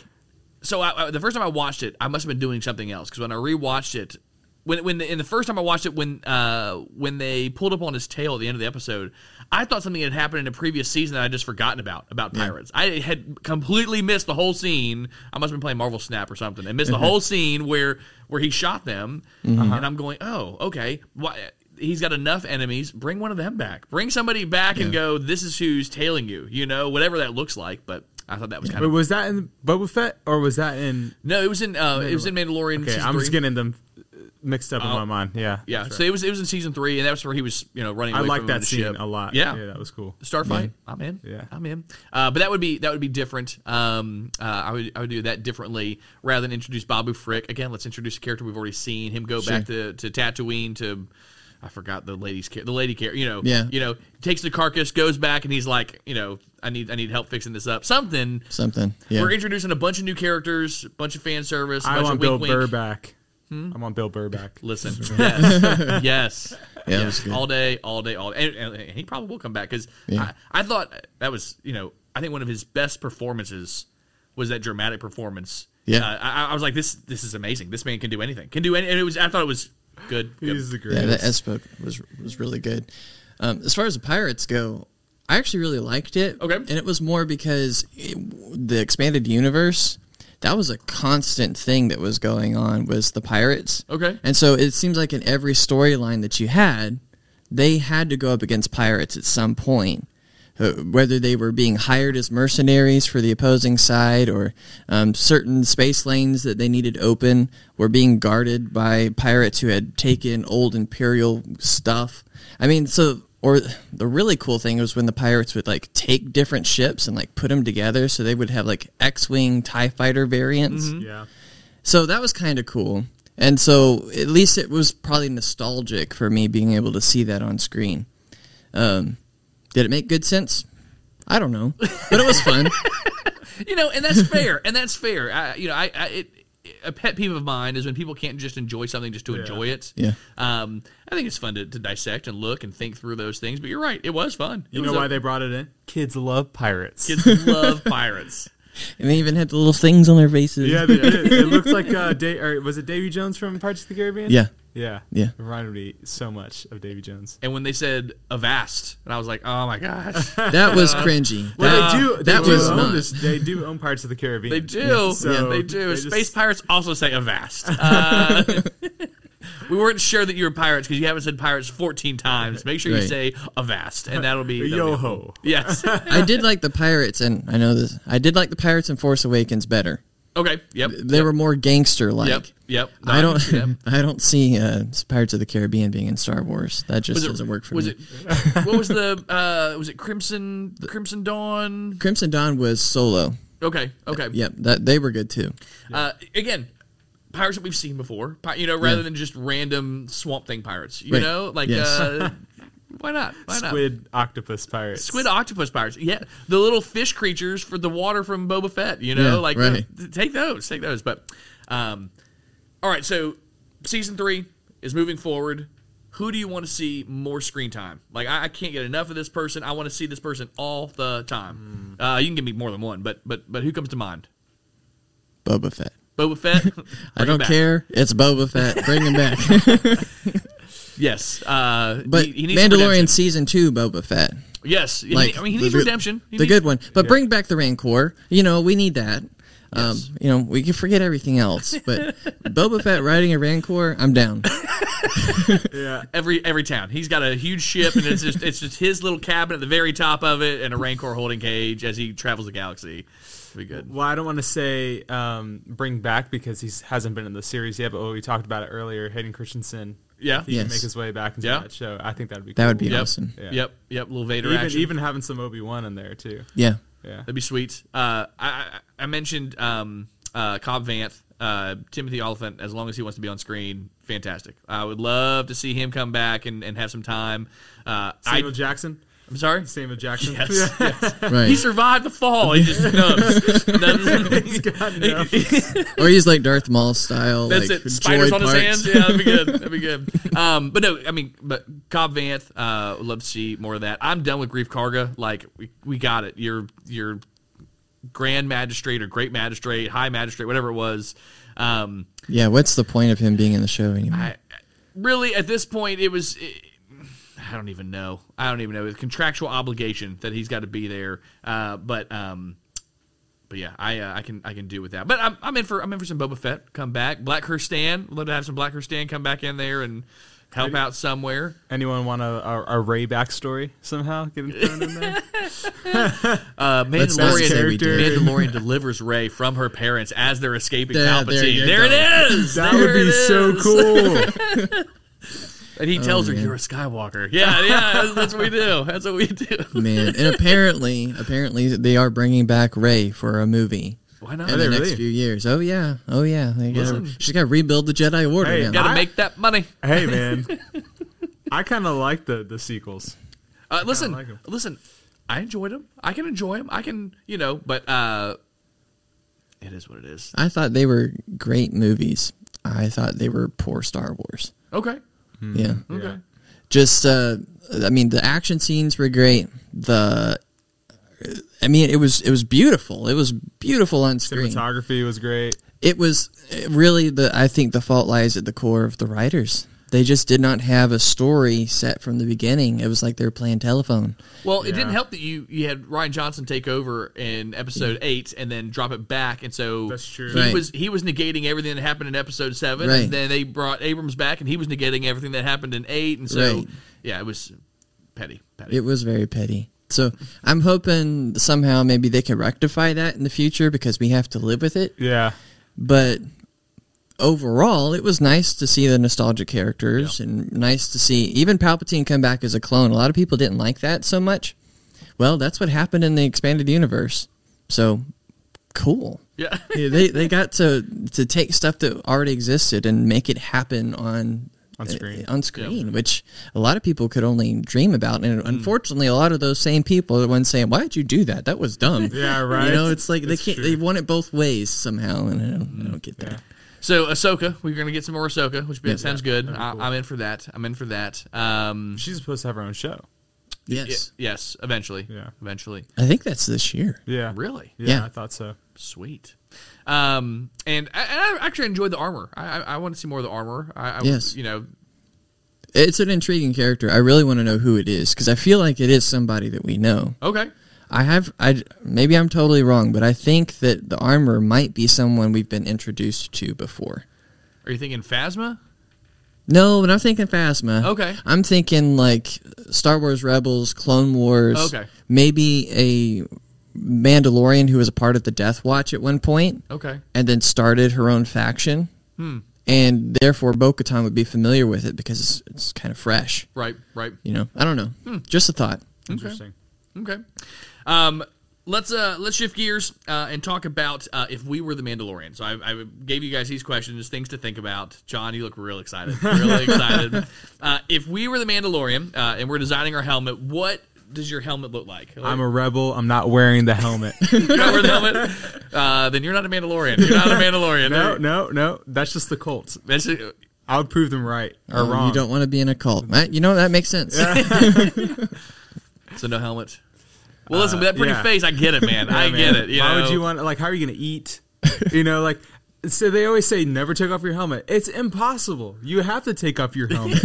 C: so I, I, the first time I watched it, I must have been doing something else because when I rewatched it, when when the, in the first time I watched it, when uh when they pulled up on his tail at the end of the episode, I thought something had happened in a previous season that I just forgotten about about pirates. I had completely missed the whole scene. I must have been playing Marvel Snap or something and
D: Mm-hmm.
C: missed the whole scene where where he shot them, and I'm going, oh, okay, why? he's got enough enemies. Bring one of them back. Bring somebody back and go. This is who's tailing you. You know, whatever that looks like. But I thought that was kind
D: Wait,
C: of
D: was that in Boba Fett or was that in?
C: no. It was in uh, it was in Mandalorian.
D: Okay,
C: season
D: I'm just
C: three.
D: getting them uh, mixed up in my mind. Yeah,
C: Oh. yeah.
D: that's
C: So
D: right.
C: it was it was in season three, and that's where he was you know running.
D: I
C: away
D: like
C: from
D: that
C: the
D: scene
C: ship.
D: a lot.
C: Yeah.
D: that was cool.
C: Starfight. I'm in.
D: Yeah.
C: I'm in. Uh, but that would be that would be different. Um, uh, I would I would do that differently rather than introduce Babu Frick again. Let's introduce a character we've already seen. Him go back to, to Tatooine to. I forgot the lady's care. The lady care, you know,
E: Yeah.
C: you know, takes the carcass, goes back, and he's like, you know, I need, I need help fixing this up. Something.
E: Something. Yeah.
C: We're introducing a bunch of new characters, a bunch of fan service. a
D: I
C: bunch
D: want
C: of
D: Bill
C: wink, wink.
D: Burr back.
C: Hmm?
D: I'm on Bill
C: *laughs*
D: Burr back.
C: Listen, yes, *laughs* yes,
E: Yeah, it was
C: yes.
E: good.
C: all day, all day, all day. And, and- and he probably will come back because I, I thought that was, you know, I think one of his best performances was that dramatic performance
E: Yeah.
C: uh, I, I was like, this this is amazing. This man can do anything. Can do any. And it was. I thought it was good. good.
D: He's the
E: Yeah,
D: greatest.
E: that S-book was was really good. Um, as far as the pirates go, I actually really liked it.
C: Okay.
E: and it was more because it, the expanded universe that was a constant thing that was going on was the pirates.
C: Okay.
E: and so it seems like in every storyline that you had, they had to go up against pirates at some point. Uh, Whether they were being hired as mercenaries for the opposing side, or um, certain space lanes that they needed open were being guarded by pirates who had taken old imperial stuff. I mean, so or the really cool thing was when the pirates would like take different ships and like put them together, so they would have like X-wing, Tie fighter variants.
D: yeah.
E: So that was kind of cool. And so at least it was probably nostalgic for me being able to see that on screen. Um, did it make good sense? I don't know, but it
C: *laughs*
E: was fun.
C: you know, and
E: *laughs*
C: that's fair, and that's fair. I, you know, I, I it, a pet peeve of mine is when people can't just enjoy something just to enjoy it.
E: Yeah.
C: Um, I think it's fun to, to dissect and look and think through those things. But you're right, it was fun. It
D: You know
C: was a-
D: why they brought it in? Kids love pirates.
C: kids love pirates?
E: and they even had the little things on their
C: *laughs*
E: faces.
D: yeah, they did. it looked like uh, da- or was it Davy Jones from Pirates of the Caribbean?
E: Yeah.
D: yeah,
E: Yeah.
D: It reminded me so much of Davy Jones.
C: And when they said "avast," and I was like, "Oh my gosh,
E: that
C: *laughs*
E: was cringy.
D: Well, they
C: Uh,
D: do. They
E: that
D: do
E: was
D: own
E: not-
D: this- They do own Pirates of the
C: *laughs*
D: Caribbean.
C: they do,
D: So
C: they do."
D: they just-
C: Space pirates also say *laughs* "avast." Uh, we weren't sure that you were pirates because you haven't said pirates 14 times. Make sure you
E: Right.
C: say "avast," and that'll be that'll
D: Yo
C: be-
D: ho!
C: *laughs* Yes.
E: I did like the pirates, and I know this. I did like the pirates and Force Awakens better.
C: okay. Yep.
E: They were more gangster like.
C: Yep. Yep. No,
E: I
C: can
E: don't.
C: see *laughs* that.
E: *laughs* I don't see uh, Pirates of the Caribbean being in Star Wars. That just doesn't work for
C: was
E: me.
C: it what was the uh was it crimson crimson dawn
E: Crimson Dawn was Solo.
C: okay okay
E: Yep, that they were good too.
C: uh again pirates that we've seen before Pi- you know rather than just random swamp thing pirates you
E: Right.
C: know like
E: Yes. *laughs*
C: uh why not why not
D: Squid octopus pirates.
C: Squid octopus pirates, yeah, the little fish creatures for the water from Boba Fett, you know,
E: Yeah,
C: like
E: right.
C: uh, th- take those, take those. But, um, all right, so season three is moving forward. Who do you want to see more screen time? Like, I, I can't get enough of this person. I want to see this person all the time.
E: Hmm.
C: Uh, you can give me more than one, but but but who comes to mind?
E: Boba Fett.
C: Boba Fett.
E: *laughs* I
C: Bring him
E: don't
C: back.
E: care. It's Boba Fett. Bring
C: *laughs*
E: him back.
C: Yes, uh,
E: But
C: he, he needs some redemption.
E: Mandalorian season two, Boba Fett.
C: Yes, He-
E: Like
C: I mean, he
E: the
C: needs
E: good-
C: redemption. He
E: the
C: needs-
E: good one. But bring back the Rancor. You know, we need that. Um, you know, we can forget everything else.
C: *laughs*
E: But Boba Fett riding a Rancor, I'm down.
D: Yeah,
C: every every town. He's got a huge ship, and it's just it's just his little cabin at the very top of it, and a Rancor holding cage as he travels the galaxy. Be good.
D: Well, I don't want to say um, bring back because he hasn't been in the series yet. But we talked about it earlier. Hayden Christensen,
C: Yeah.
D: he can
E: Yes.
D: make his way back into
C: Yeah.
D: that show. I think that'd be
E: That would
D: cool.
E: be
C: Yep.
E: awesome.
D: Yeah.
C: Yep. Yep. Little Vader
D: even
C: action.
D: even having some Obi Wan in there too.
C: *laughs*
E: Yeah.
D: Yeah,
C: That'd be sweet. Uh, I I I mentioned um, uh, Cobb Vanth, uh, Timothy Oliphant. As long as he wants to be on screen, fantastic. I would love to see him come back and, and have some time. Uh,
D: Samuel
C: I,
D: Jackson.
C: I'm sorry.
D: Samuel Jackson. *laughs*
C: Yes, yes.
E: Right.
C: He survived the fall. He just nubs. Nubs. *laughs*
D: God, no.
E: or he's like Darth Maul style.
C: That's
E: like
C: it. Spiders
E: droid
C: on his
E: parts.
C: hands. Yeah, that'd be good. That'd be good. Um, but no, I mean, but Cobb Vanth, uh, would love to see more of that. I'm done with Grief Karga. Like, we, we got it. You're you're grand magistrate or great magistrate, high magistrate, whatever it was. Um,
E: *laughs* Yeah, what's the point of him being in the show anyway?
C: I, really, at this point, it was. It, I don't even know. I don't even know. It's contractual obligation that he's got to be there. Uh, but um, but yeah, I uh, I can I can do with that. But I'm, I'm in for I'm in for some Boba Fett come back. Blackhurst Stan, would love to have some Blackhurst Stan come back in there and help out somewhere.
D: Anyone want a, a, a Ray backstory somehow? Get him thrown in there.
C: Uh,
E: not say
C: Mandalorian
E: we
D: *laughs*
E: did.
C: Mandalorian delivers Ray from her parents as they're escaping
E: There- there
C: Palpatine.
E: you
C: There, it is.
D: That
C: There
D: would
C: it
D: be so
C: is. *laughs*
D: cool. Oh,
C: And he tells her, "You're a Skywalker." Yeah, yeah. That's, that's what we *laughs* do. That's what we do.
E: Man, and apparently, apparently they are bringing back Ray for a movie.
C: Why not?
E: in the next
D: really?
E: few years. Oh yeah, oh yeah. They gotta-
C: Listen.
E: she's got to rebuild the Jedi Order
D: Hey,
E: now.
C: Got to
D: I-
C: make that money.
D: hey man, *laughs* I kind of like the the sequels.
C: Uh, listen,
D: like 'em.
C: listen. I enjoyed them. I can enjoy them. I can, you know, but uh, it is what it is.
E: I thought they were great movies. I thought they were poor Star Wars.
C: Okay.
E: Yeah,
D: Yeah.
E: just uh, I mean the action scenes were great. The I mean, it was it was beautiful. It was beautiful on screen.
D: Cinematography was great.
E: It was uh, really the I think the fault lies at the core of the writers. They just did not have a story set from the beginning. It was like they were playing telephone.
C: Well, it didn't help that you you had Ryan Johnson take over in episode eight and then drop it back, and so
D: Mm. That's true.
C: He
E: Right.
C: was he was negating everything that happened in episode seven,
E: Right.
C: and then they brought Abrams back, and he was negating everything that happened in eight, and so
E: Right.
C: yeah, it was petty, petty.
E: It was very petty. So I'm hoping somehow maybe they can rectify that in the future because we have to live with it.
D: Yeah.
E: but overall it was nice to see the nostalgic characters and nice to see even palpatine come back as a clone a lot of people didn't like that so much well that's what happened in the expanded universe so cool
C: yeah,
E: Yeah, they, they got to to take stuff that already existed and make it happen on uh,
D: On screen.
E: on screen, which a lot of people could only dream about, and
D: Mm.
E: unfortunately, a lot of those same people are the ones saying, "Why did you do that? That was dumb."
D: *laughs* Yeah, right.
E: You know, it's like they
D: That's
E: can't.
D: true. Mm,
E: They want it both ways somehow, and I don't, I don't get that.
C: so Ahsoka, we're gonna get some more Ahsoka, which sounds good. I, I'm in for that. I'm in for that. Um,
D: She's supposed to have her own show.
E: Yes,
C: y- yes, eventually,
D: Yeah.
C: eventually,
E: I think that's this year.
D: Yeah.
C: really,
D: Yeah,
E: Yeah.
D: I thought so.
C: Sweet. Um, and I, and I actually enjoyed the armor. I, I, I want to see more of the armor. I, I
E: Yes.
C: you know,
E: It's an intriguing character. I really want to know who it is because I feel like it is somebody that we know.
C: okay,
E: I have, I maybe I'm totally wrong, but I think that the armor might be someone we've been introduced to before.
C: are you thinking Phasma?
E: No, but I'm thinking Phasma.
C: Okay.
E: I'm thinking like Star Wars Rebels, Clone Wars.
C: Okay.
E: Maybe a Mandalorian who was a part of the Death Watch at one point.
C: Okay.
E: and then started her own faction.
C: Hmm.
E: And therefore, Bo Katan would be familiar with it because it's, it's kind of fresh.
C: Right, right.
E: You know, I don't know.
C: Hmm.
E: Just a thought.
D: Interesting.
C: Okay. Um, let's uh, let's shift gears uh, and talk about uh, if we were the Mandalorian. So I, I gave you guys these questions, things to think about. John, you look real
D: *laughs*
C: excited, really excited. Uh, if we were the Mandalorian uh, and we're designing our helmet, what does your helmet look like? *laughs*
D: I'm a rebel. I'm not wearing the helmet.
C: You don't wear the helmet? Uh, then you're not a Mandalorian. You're not a Mandalorian.
D: *laughs* no, no, no. That's just the Colts.
C: That's it.
D: I would prove them right or
E: Um,
D: wrong.
E: You don't want to be in a cult. Right? You know, that makes sense.
C: So no helmet. Well, listen, with that pretty
D: yeah.
C: face, I get it, man. I
D: man.
C: get it. You
D: Why
C: know?
D: would you want? Like, how are you gonna eat? you know, like. So they always say never take off your helmet. It's impossible. You have to take off your helmet.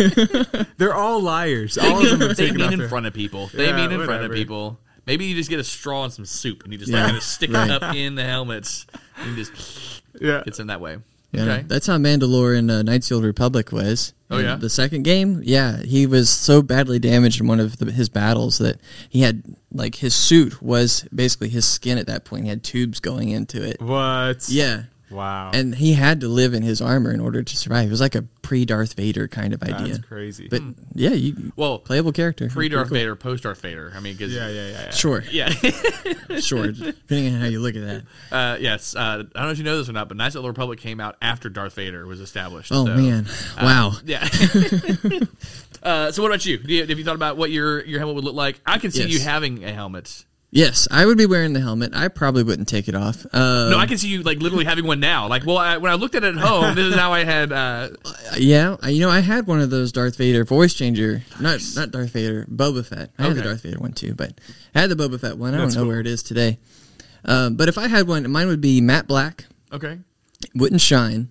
D: They're all liars. All of them have
C: They
D: taken off
C: mean in
D: their
C: front of people. They
D: Yeah,
C: mean in front of
D: whatever.
C: people. Maybe you just get a straw and some soup, and you just like
E: Yeah,
C: kind of stick it up in the helmets, and you just
D: Yeah.
C: gets in that way.
E: You know,
C: Okay.
E: That's how Mandalorian uh, Knights of the Old Republic was.
C: Oh,
E: In
C: yeah?
E: The second game, yeah, he was so badly damaged in one of the, his battles that he had like his suit was basically his skin at that point. He had tubes going into it.
D: What?
E: Yeah.
D: Wow.
E: And he had to live in his armor in order to survive. It was like a pre Darth Vader kind of idea.
D: That's crazy.
E: But yeah, you
C: Well,
E: playable character.
C: pre Darth Vader, post Darth Vader. I mean, because
D: yeah,
C: yeah,
D: yeah, yeah.
E: Sure,
C: yeah. *laughs*
E: sure. Depending on how you look at that.
C: uh, yes. Uh, I don't know if you know this or not, but Knights of the Old Republic came out after Darth Vader was established.
E: Oh
C: so,
E: man, wow.
C: Yeah. *laughs* uh, so what about you? Do you? Have you thought about what your your helmet would look like? I can see
E: Yes.
C: you having a helmet.
E: yes, I would be wearing the helmet. I probably wouldn't take it off. Uh,
C: No, I can see you like literally having one now. Like, well, I, when I looked at it at home, this is how I had. Uh,
E: yeah, I- you know, I had one of those Darth Vader voice changer. Not not Darth Vader, Boba Fett. I had the
C: Okay.
E: Darth Vader one too, but I had the Boba Fett one. I don't know where it is today. Um, but if I had one, mine would be matte black.
C: okay.
E: wouldn't shine.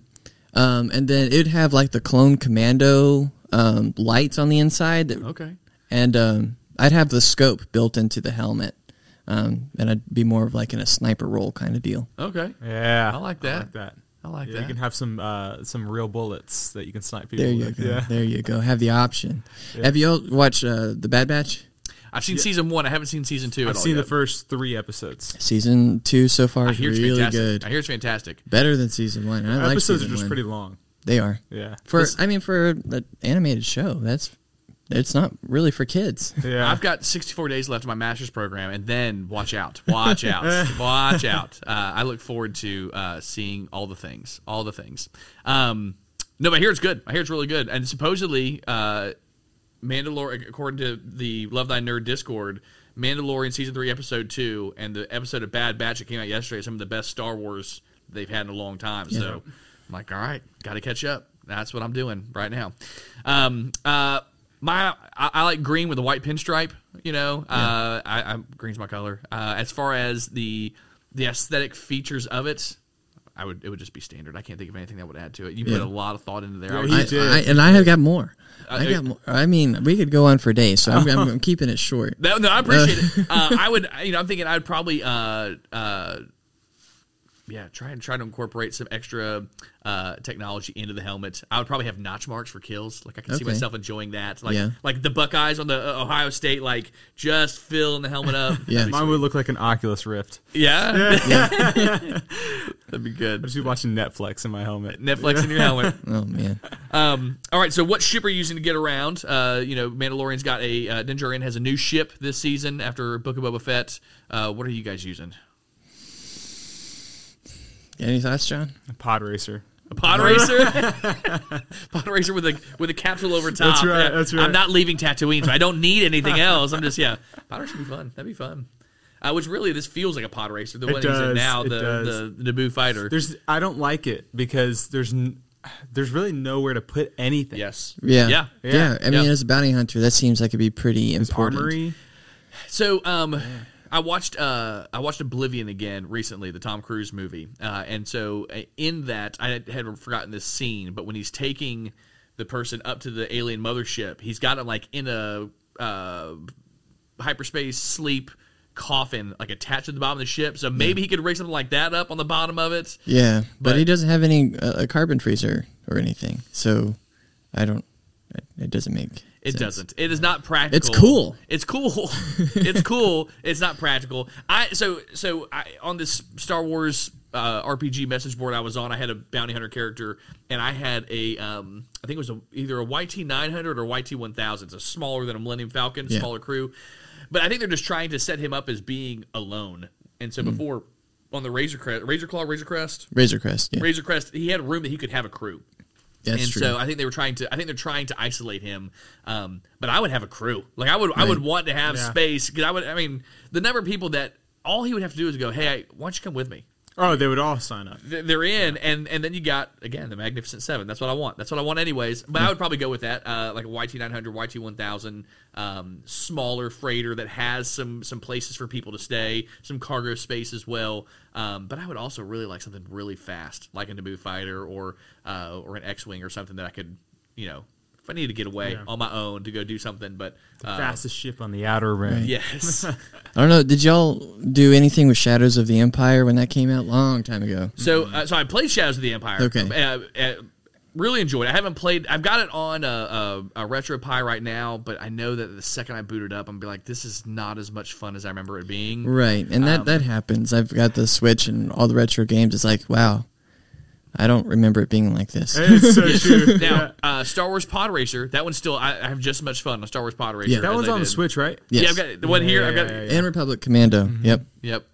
E: Um, and then it'd have like the clone commando um, lights on the inside. That,
C: Okay.
E: And um, I'd have the scope built into the helmet. Um, and I'd be more of like in a sniper role kind of deal.
C: Okay.
D: Yeah.
C: I like
D: I
C: that.
D: like that.
C: I like
D: Yeah,
C: that.
D: you can have some uh, some real bullets that you can snipe people
E: There you
D: with.
E: go.
D: Yeah.
E: There you go. Have the option. Have you all watched uh, The Bad Batch?
C: I've seen season one. I haven't seen season two.
D: I've seen the first three episodes.
E: Season two so far
C: I
E: is
C: hear it's
E: really
C: fantastic.
E: good.
C: I hear it's fantastic.
E: Better than season one. and I like
D: episodes are
E: season
D: just
E: one.
D: pretty long.
E: They are.
D: Yeah.
E: For
D: This-
E: I mean, for an animated show, that's it's not really for kids.
D: yeah.
C: I've got 64 days left in my master's program, and then watch out, watch out, watch out. Uh, I look forward to uh, seeing all the things, all the things. Um, no, but I hear it's good. I hear it's really good. And supposedly, uh, Mandalorian, according to the Love Thy Nerd Discord, Mandalorian season three, episode two, and the episode of Bad Batch that came out yesterday, is some of the best Star Wars they've had in a long time. So I'm like, all right, got to catch up. That's what I'm doing right now. Um, uh, my I, I like green with a white pinstripe. You know, uh, I, I green's my color. Uh, as far as the the aesthetic features of it, I would it would just be standard. I can't think of anything that would add to it. You put a lot of thought into there. I would-
D: You
E: I,
D: did.
E: I, and I have got more. I
C: Uh,
E: got more. I mean, we could go on for days, so I'm, I'm, I'm keeping it short.
C: No, no, I appreciate it. Uh, I would, you know, I'm thinking I'd probably, uh, uh, yeah, try and try to incorporate some extra uh, technology into the helmet. I would probably have notch marks for kills. Like I can see
E: Okay.
C: myself enjoying that. Like,
E: Yeah.
C: like the Buckeyes on the uh, Ohio State, like just filling the helmet up.
E: *laughs* Yeah.
D: Mine would look like an Oculus Rift.
C: yeah, that'd be
D: I'd
C: good.
D: just be watching Netflix in my helmet.
C: Netflix in your helmet.
E: Oh man,
C: Um, all right, so what ship are you using to get around? Uh, you know, Mandalorian's got a uh, Din Djarin has a new ship this season after Book of Boba Fett. Uh, what are you guys using?
E: any thoughts, John?
D: Pod racer.
C: A pod racer,
D: *laughs*
C: pod racer with a with a capsule over top.
D: That's right,
C: Yeah.
D: that's right.
C: I'm not leaving Tatooine, so I don't need
D: *laughs*
C: anything else. I'm just yeah. Pod racer would be fun. That'd be fun. Uh, which really, this feels like a pod racer. The one he's in
D: does,
C: now,
D: it
C: the,
D: does.
C: the the Naboo fighter.
D: There's I don't like it because there's n- there's really nowhere to put anything.
C: yes.
E: Yeah.
C: Yeah.
E: yeah,
D: Yeah.
E: I mean,
C: Yeah.
E: as a bounty hunter, that seems like it'd be pretty important.
D: Armory.
C: So, um, I watched uh, I watched Oblivion again recently, the Tom Cruise movie, uh, and so uh, in that I had- had forgotten this scene, but when he's taking the person up to the alien mothership, he's got him like in a uh, hyperspace sleep coffin, like attached to the bottom of the ship. So maybe he could rig something like that up on the bottom of it.
E: Yeah, but,
C: But-
E: he doesn't have any uh, a carbon freezer or anything, so I don't. It doesn't make.
C: It
E: sense.
C: doesn't. It is not practical.
E: It's cool.
C: It's
E: *laughs*
C: cool. it's cool. It's not practical. I so so I on this Star Wars uh, RPG message board I was on, I had a bounty hunter character, and I had a um, I think it was a, either a YT nine hundred or YT one thousand. It's a smaller than a Millennium Falcon,
E: Yeah.
C: smaller crew, but I think they're just trying to set him up as being alone. And so
E: Mm.
C: before on the Razor Crest, Razor Claw, Razor Crest,
E: Razor Crest. Yeah,
C: Razor Crest, he had room that he could have a crew
E: that's
C: and
E: true.
C: so I think they were trying to. I think they're trying to isolate him. Um, but I would have a crew. Like I would. I would want to have
D: Yeah.
C: space because I would. I mean, the number of people that all he would have to do is go, "Hey, I, why don't you come with me?"
D: Oh, they would all sign up.
C: Th- They're in, and and then you got again the Magnificent Seven. That's what I want. That's what I want, anyways. But I would probably go with that, uh, like a YT nine hundred, YT one thousand, um, smaller freighter that has some some places for people to stay, some cargo space as well. Um, but I would also really like something really fast, like a Naboo fighter or uh, or an X wing or something that I could, you know, if I need to get away on my own to go do something. But uh,
D: Fastest ship on the outer rim.
C: yes.
E: I don't know. Did y'all do anything with Shadows of the Empire when that came out? Long time ago.
C: So, uh, so I played Shadows of the Empire.
E: Okay.
C: Uh, uh, really enjoyed. it. I haven't played. I've got it on a, a, a retro pie right now, but I know that the second I boot it up, I'm gonna be like, this is not as much fun as I remember it being.
E: Right,
C: Um,
E: and that that happens. I've got the Switch and all the retro games. It's like, wow, I don't remember it being like this.
C: *laughs*
D: It's so true.
C: Now, uh, Star Wars Pod Racer. That one's still. I, I have just as much fun on Star Wars Pod Racer.
E: Yeah.
D: That
C: as
D: one's
C: I
D: on the
C: did.
D: Switch, right?
E: Yes.
C: Yeah, I've got the one here. I've got.
D: Yeah, yeah, yeah.
E: *laughs* and Republic Commando.
C: Mm-hmm.
E: Yep,
C: Yep.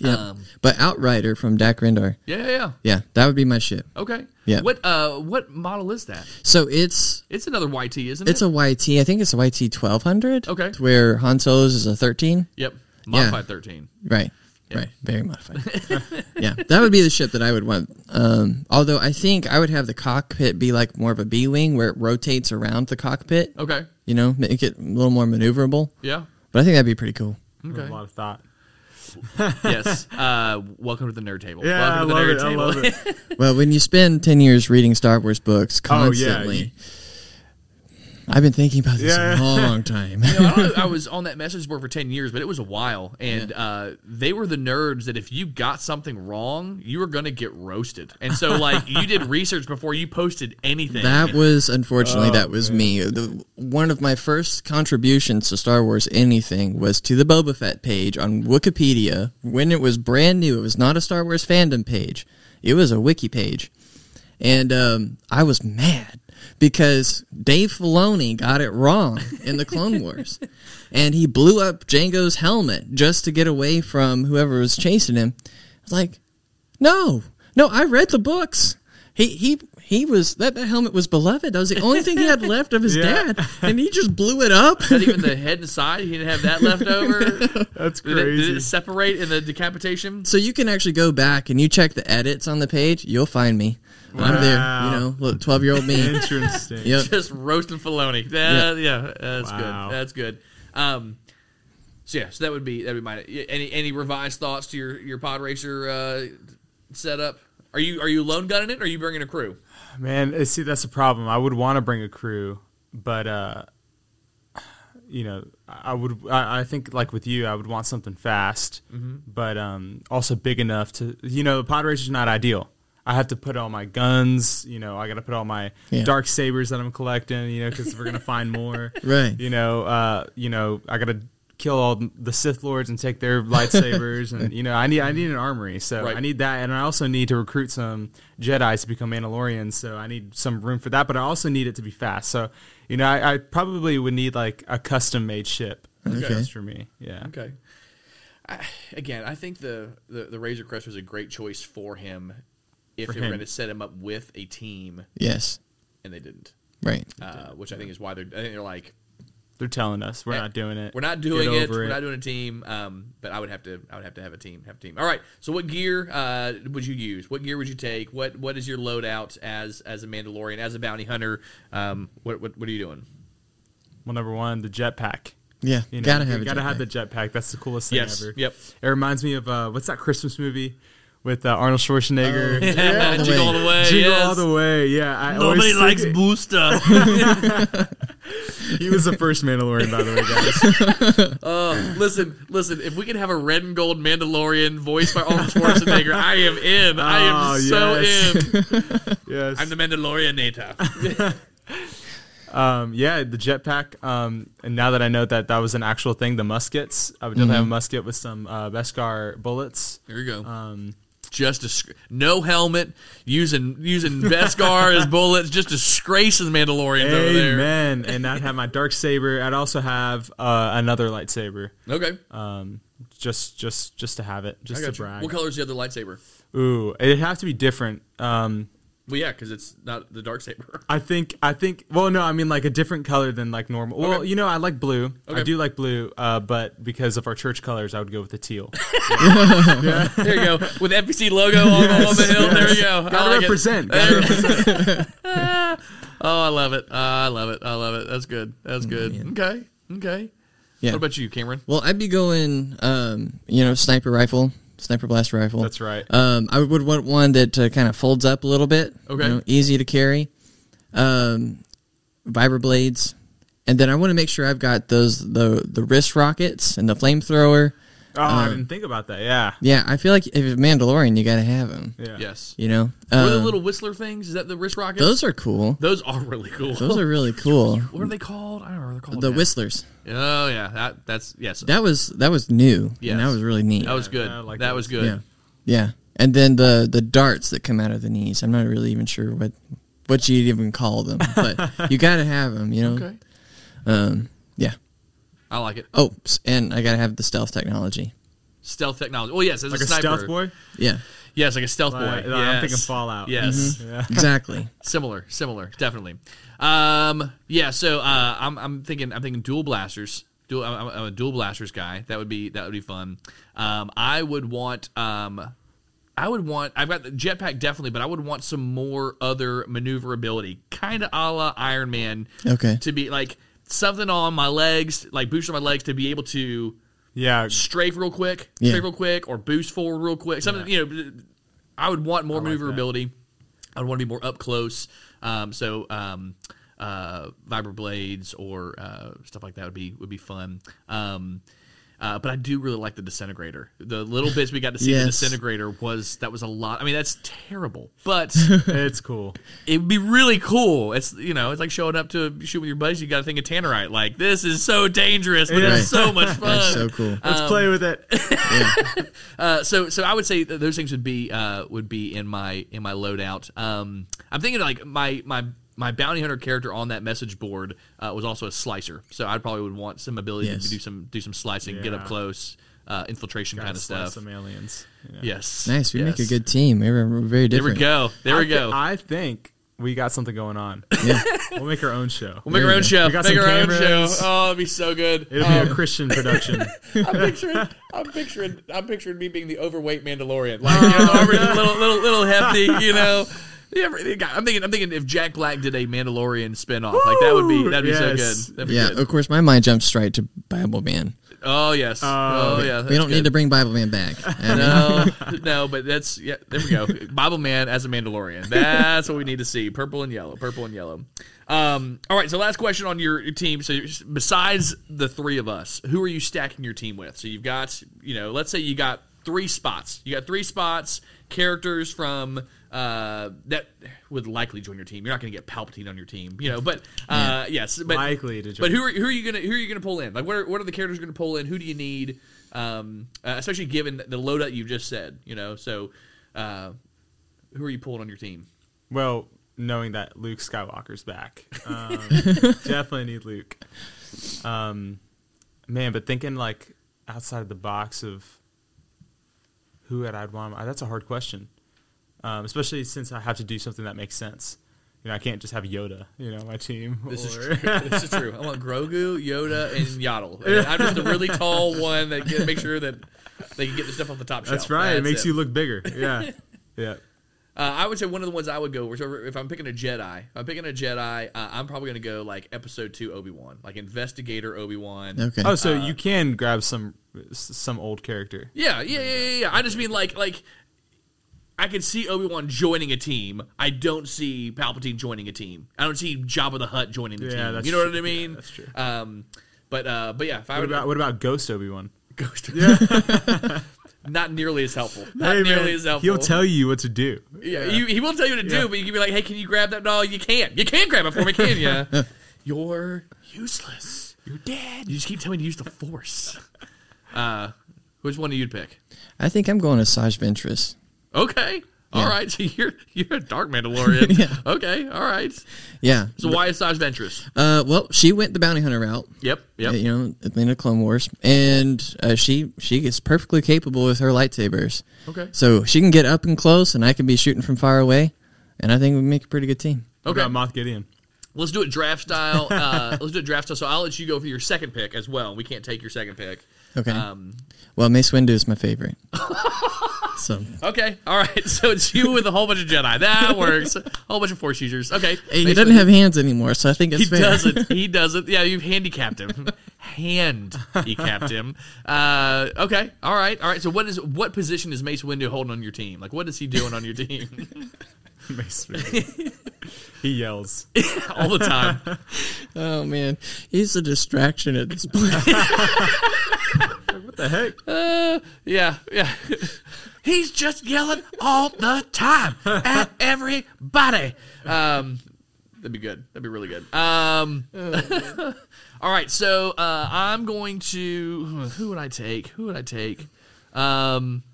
E: yep.
C: Um,
E: but Outrider from Dak Rendar.
C: Yeah, yeah, yeah.
E: Yeah, that would be my ship.
C: Okay.
E: Yeah.
C: What uh, what model is that?
E: So it's
C: It's another YT, isn't
E: it's
C: it?
E: a YT. I think it's a YT twelve hundred.
C: Okay.
E: to where Han Solo's is a thirteen.
C: Yep. Modified thirteen.
E: Right. Right. Very modified. *laughs* yeah. That would be the ship that I would want. Um, although I think I would have the cockpit be like more of a B wing where it rotates around the cockpit.
C: Okay.
E: You know, make it a little more maneuverable. *laughs*
C: Yeah.
E: But I think that'd be pretty cool.
D: With A lot of thought.
C: yes. Uh, welcome to the nerd table.
D: Yeah, I
C: welcome to the
D: love
C: nerd
D: it. I
C: table.
D: love it.
E: Well, when you spend ten years reading Star Wars books
D: Oh, yeah,
E: constantly, I've been thinking about this
D: Yeah.
E: a
D: *laughs*
E: long time.
C: No, I, don't know, I was on that message board for 10 years, but it was a while. And uh, they were the nerds that if you got something wrong, you were going to get roasted. And so, like, you did research before you posted anything.
E: That was Oh, unfortunately that was me. The, one of my first contributions to Star Wars anything was to the Boba Fett page on Wikipedia when it was brand new. It was not a Star Wars fandom page. It was a wiki page, and um, I was mad because Dave Filoni got it wrong in
D: *laughs*
E: the Clone Wars, and he blew up Django's helmet just to get away from whoever was chasing him. I was like, no, no, I read the books. He he he was that, that helmet was beloved. That was the only thing he
D: *laughs*
E: had left of his
D: Yeah.
E: dad, and he just blew
D: *laughs*
E: it up.
C: Not even the head and side. He didn't have that left over.
D: That's
C: Did it, did it
D: crazy.
C: separate in the decapitation?
E: *laughs* So you can actually go back and you check the edits on the page. You'll find me. I'm there.
D: Wow.
E: You know, look, twelve year
D: *laughs*
E: old
C: *laughs*
E: me.
D: Interesting.
E: yep.
C: Just roasting Filoni. Uh, yeah.
E: Yeah.
C: that's
D: Wow.
C: good. That's good. Um, so yeah, so that would be that would be my any any revised thoughts to your your pod racer uh, setup. Are you are you lone gunning it? or Are you bringing a crew?
D: Man, uh, see, that's the problem. I would want to bring a crew, but uh, you know, I I would. I, I think like with you, I would want something fast,
C: Mm-hmm.
D: but um, also big enough to. You know, the pod race is not ideal. I have to put all my guns. You know, I got to put all my
E: Yeah.
D: dark sabers that I'm collecting. You know, because we're gonna find
C: *laughs*
D: more.
E: Right.
D: You know. Uh. You know, I got to kill all the Sith lords and take their lightsabers, and you know, I need I need an armory. So
C: Right.
D: I need that, and I also need to recruit some Jedi's to become Mandalorians. So I need some room for that, but I also need it to be fast. So you know, I, I probably would need like a custom made ship. Okay. Just for me, yeah.
C: Okay. I, again, I think the, the the Razor Crest was a great choice for him if
D: For
C: they were
D: him.
C: going to set him up with a team,
E: Yes.
C: and they didn't.
E: Right.
C: Uh, which I think is why they're I think they're like
D: They're telling us we're
C: Yeah.
D: not doing it.
C: Eh, we're not
D: Get
C: doing it,
D: over
C: we're not doing a team. Um, but I would have to I would have to have a team have a team. All right. So what gear uh, would you use? What gear would you take? What what is your loadout as as a Mandalorian as a bounty hunter? Um, what what, what are you doing?
D: Well, number one, the jetpack.
E: Yeah.
D: You know,
E: gotta
D: you
E: have. a
D: gotta have the
E: jetpack.
D: jetpack. That's the coolest thing
C: Yes.
D: ever.
C: Yep.
D: It reminds me of uh, what's that Christmas movie with uh, Arnold Schwarzenegger? *laughs*
E: all the
C: Jiggle
E: way.
C: all the way.
D: Jingle
C: yes.
D: all the way. Yeah, I always think *laughs* it-
C: Booster.
D: *laughs* He was the first Mandalorian, by the way, guys.
C: *laughs* Uh, *coughs* listen, listen. If we could have a red and gold Mandalorian voiced by *laughs* Arnold Schwarzenegger, I am in. I am
D: Oh,
C: so
D: yes.
C: in.
D: yes.
C: I'm the Mandalorianator.
D: um, yeah, the jetpack. Um, and now that I know that that was an actual thing, the muskets. I would definitely have a musket with some uh, Beskar bullets.
C: Mm-hmm. There you go.
D: Um,
C: just a sc- no helmet, using using Beskar
D: *laughs*
C: as bullets, just disgracing the Mandalorians over there.
D: amen. and I'd have my dark saber. I'd also have uh, another lightsaber.
C: Okay,
D: Um, just, just, just to have it,
C: I
D: just to
C: got you.
D: brag.
C: What color is the other lightsaber?
D: Ooh, it'd have to be different. Um,
C: Well, yeah, because it's not the dark saber.
D: I think I think well no I mean like a different color than like normal. Well,
C: Okay.
D: you know I like blue.
C: Okay.
D: I do like blue, uh, but because of our church colors, I would go with
C: *laughs*
D: the teal.
C: *laughs* There you go, with FPC logo on, on the hill. There you go. I
D: Gotta
C: like it.
D: represent. Gotta represent.
C: *laughs*
D: *laughs*
C: Oh, I love it. Uh, I love it. I love it. That's good.
D: Mm,
C: That's good. Okay. Okay.
E: Yeah.
C: What about you, Cameron?
E: Well, I'd be going, um, you know, sniper rifle, sniper blast rifle.
D: That's right.
C: Uh,
E: Um, I would want one that uh, kind of folds up a little bit.
C: Okay.
E: you know, easy to carry. Um, vibra blades, and then I want to make sure I've got those the the wrist rockets and the flamethrower.
D: Oh, I
C: um,
D: didn't think about that. Yeah.
E: Yeah, I feel like if it's Mandalorian, you got to have them.
D: Yeah.
C: Yes.
E: You know,
C: What are the
E: Um,
C: little Whistler things? Is that the wrist rockets?
E: those are cool.
C: Those are really cool.
E: Those are really cool.
C: what are they called? I don't know. What they're called
E: The
C: now.
E: Whistlers.
C: Oh yeah, that that's yes. That,
E: That was that was new.
C: Yes.
E: Yeah, that was really neat.
C: was good.
D: I like
C: that
D: those.
C: was good.
E: yeah, yeah. And then the the darts that come out of the knees. I'm not really even sure what what you'd even call them,
C: *laughs*
E: but you got to have them. You know.
C: Okay.
E: Um. Yeah.
C: I like it.
E: Oh, s- and I got to have the stealth technology.
C: Stealth technology. Oh yes, as
D: Like
C: a
D: a
C: sniper.
D: stealth boy.
E: Yeah.
C: Yes, like a stealth boy.
D: Like- like,
C: Yes.
D: I'm thinking Fallout.
C: Yes. *laughs*
E: Exactly.
C: Similar, similar, definitely. Um, yeah, so uh, I'm, I'm thinking I'm thinking dual blasters. Dual, I'm, I'm a dual blasters guy. That would be that would be fun. Um, I would want um, I would want I've got the jetpack definitely, but I would want some more other maneuverability, kind of a la Iron Man.
E: Okay.
C: To be like something on my legs, like boost on my legs, to be able to *laughs*
D: Yeah.
C: strafe real quick,
E: Yeah.
C: strafe real quick, or boost forward real quick. Something you know, I would want more maneuverability. I'd want to be more up close. Um, so um, uh, vibra blades or uh, stuff like that would be would be fun. Um, uh, but I do really like the disintegrator. The little bits we got to see the
E: Yes.
C: disintegrator was that was a lot. I mean, that's terrible, but *laughs*
D: It's cool.
C: it would be really cool. It's you know, it's like showing up to shoot with your buddies. You got to think of Tannerite. Like this is so dangerous, but
D: Yeah.
C: it's so much fun.
E: *laughs* That's so cool.
C: Um,
D: Let's play
C: *laughs*
D: with it.
C: Uh, so so I would say that those things would be uh, would be in my in my loadout. Um, I'm thinking like my my my bounty hunter character on that message board uh, was also a slicer, so I probably would want some ability
E: Yes.
C: to do some do some slicing, get up
D: Yeah.
C: close, uh, infiltration kind of
D: Slice
C: stuff.
D: Some aliens. Yeah.
C: Yes,
E: Nice. We make
C: yes.
E: a good team. We were, we were very
C: There we
E: different.
C: go. There
D: I
C: we
D: thi-
C: go.
D: I think we got something going on.
C: *laughs*
D: we'll make our own show.
C: We'll make our own show.
D: We got
C: Make
D: some
C: our own show.
D: cameras.
C: Oh, it'd be so good.
D: It'll
C: Oh,
D: be a
C: *laughs*
D: Christian production.
C: I'm picturing, I'm picturing, I'm picturing me being the overweight Mandalorian, like you know, I'm really little, little, little hefty, you know. You ever- you got- I'm thinking, I'm thinking if Jack Black did a Mandalorian spinoff, off like that would be, that'd be
D: Yes.
C: so good. That'd be
E: Yeah,
C: good.
E: of course, my mind jumps straight to Bible Man.
C: Oh yes. oh yeah.
E: we don't need to bring Bible Man
C: *laughs*
E: back. I mean,
C: No, no, but that's yeah. There we go. Bible Man as a Mandalorian. That's what we need to see. Purple and yellow. Purple and yellow. Um, all right. So last question on your your team. So besides the three of us, who are you stacking your team with? So you've got you know, let's say you got three spots. You got three spots. Characters from uh, that would likely join your team. You're not going to get Palpatine on your team, you know. But uh, yes, but
D: Likely to join.
C: But who are, who are you gonna who are you gonna pull in? Like, what are, what are the characters gonna pull in? Who do you need? Um, uh, especially given the load that you just said, you know. So, uh, who are you pulling on your team?
D: well, knowing that Luke Skywalker's back, um, definitely need Luke. Um, man, but thinking like outside the box of who would I'd want. uh, That's a hard question, um, especially since I have to do something that makes sense. You know, I can't just have Yoda. You know, my team.
C: This is
D: or-
C: true. this is true. I want Grogu, Yoda, and Yaddle. And I'm just the really tall one that can make sure that they can get the stuff off the top shelf.
D: That's right. it makes
C: it.
D: you look bigger.
C: *laughs*
D: Yeah. yeah.
C: Uh, I would say one of the ones I would go. So if I'm picking a Jedi, if I'm picking a Jedi, uh, I'm probably gonna go like Episode Two Obi Wan, like Investigator Obi Wan.
E: okay.
D: Oh, so you can grab some s- some old character.
C: Uh, Yeah, yeah, yeah, yeah, yeah. I just mean like like I could see Obi Wan joining a team. I don't see Palpatine joining a team. I don't see Jabba the Hutt joining the
D: Yeah,
C: team.
D: that's
C: you know
D: true.
C: what I mean?
D: Yeah, that's true.
C: Um, but uh, but yeah, if I
D: What
C: would
D: about what about Ghost Obi Wan?
C: Ghost, *laughs* not nearly as helpful. Not
D: Hey,
C: nearly
D: man,
C: as helpful.
D: He'll tell you what to do.
C: Yeah, You, he will tell you what to
D: Yeah.
C: do, but you can be like, hey, can you grab that? No, you can't. You can't grab it for me, can
D: *laughs*
C: you? You're useless. You're dead. You just keep telling me to use the Force. Uh, which one do you pick?
E: I think I'm going to Saj Ventress.
C: Okay. All right. *laughs* So you're you're a dark
E: *laughs*
C: Mandalorian. Okay. All right.
E: Yeah.
C: So why is Saj Ventress?
E: Uh, well, she went the bounty hunter route.
C: Yep. Yep.
E: uh, You know, at the end of Clone Wars, and uh, she she is perfectly capable with her lightsabers.
C: Okay.
E: So she can get up and close, and I can be shooting from far away, and I think we make a pretty good team.
D: What
C: Okay.
D: about Moth Gideon?
C: Let's do it draft style. *laughs* Uh, let's do it draft style. So I'll let you go for your second pick as well. We can't take your second pick.
E: Okay.
C: Um,
E: Well, Mace Windu is
C: *laughs*
E: my favorite. so
C: okay. All right. *laughs* So it's you with a whole bunch of Jedi.
E: *laughs*
C: That works. A whole bunch of Force users. Okay.
E: he
C: Basically,
E: doesn't have hands anymore, so I think it's
C: He
E: fair.
C: doesn't. He doesn't. Yeah, you've handicapped him. *laughs* handicapped him. Uh, okay. All right. All right. So what is what position is Mace Windu holding on your team? Like what is he doing on your team?
D: *laughs* Mace Windu. he yells.
C: *laughs* all the time.
E: *laughs* Oh man, he's a distraction
C: *laughs*
E: at this point. *laughs*
D: What the heck?
C: Yeah, yeah. *laughs* He's just yelling all the time at everybody. Um, that'd be good. That'd be really good. Um, *laughs* all right, so uh, I'm going to. Who would I take? Who would I take? Um,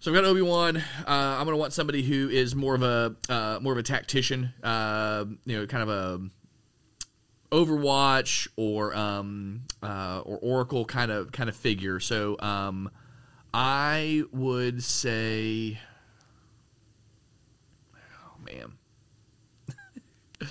C: So I've got Obi Wan. Uh, I'm going to want somebody who is more of a uh, more of a tactician. Uh, you know, kind of a Overwatch or um, uh, or Oracle kind of kind of figure. So um, I would say, oh man,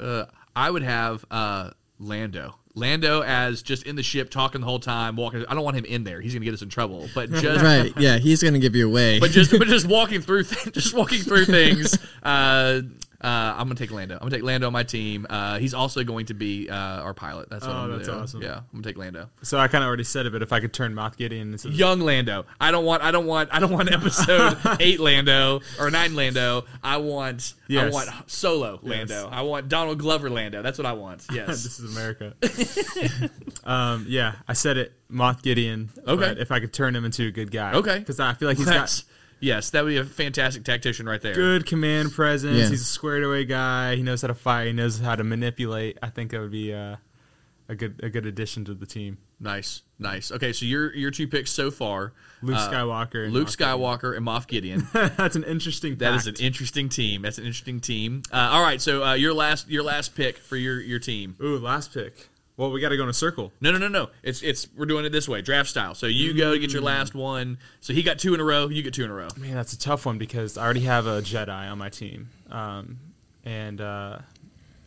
C: *laughs* uh, I would have uh, Lando. Lando as just in the ship talking the whole time, walking. I don't want him in there. He's gonna get us in trouble. But just
E: right? Yeah, he's gonna give you away.
C: but just but *laughs* just walking through th- just walking through things. Uh, uh, I'm gonna take Lando. I'm gonna take Lando on my team. Uh, he's also going to be uh, our pilot. That's what
D: Oh,
C: I'm gonna
D: that's
C: do.
D: awesome.
C: Yeah, I'm gonna take Lando.
D: So I kind of already said it, but if I could turn Moth Gideon into
C: Young Lando. I don't want. I don't want. I don't want *laughs* episode eight Lando or nine Lando. I want. I
D: Yes.
C: want solo Lando.
D: Yes.
C: I want Donald Glover Lando. That's what I *laughs* want. Yes.
D: this is America. *laughs* um, yeah, I said it. Moth Gideon.
C: Okay.
D: but If I could turn him into a good guy.
C: Okay.
D: Because I feel like he's got
C: yes. Yes. That would be a fantastic tactician right there.
D: good command presence.
E: Yeah.
D: He's a squared away guy. He knows how to fight. He knows how to manipulate. I think that would be uh, a good a good addition to the team.
C: Nice. Nice. Okay. So your your two picks so far.
D: Luke
C: uh,
D: Skywalker. and
C: Luke
D: Moff
C: Skywalker and Moff Gideon.
D: Gideon. *laughs* That's an interesting.
C: That is
D: fact.
C: an interesting team. That's an interesting team. Uh, all right, so uh, your last your last pick for your your team.
D: Ooh, last pick. Well, we got to go in a circle.
C: No, no, no, no. It's it's we're doing it this way, draft style. So you go to get your last one. So he got two in a row. You get two in a row.
D: Man, that's a tough one because I already have a Jedi on my team, um, and uh,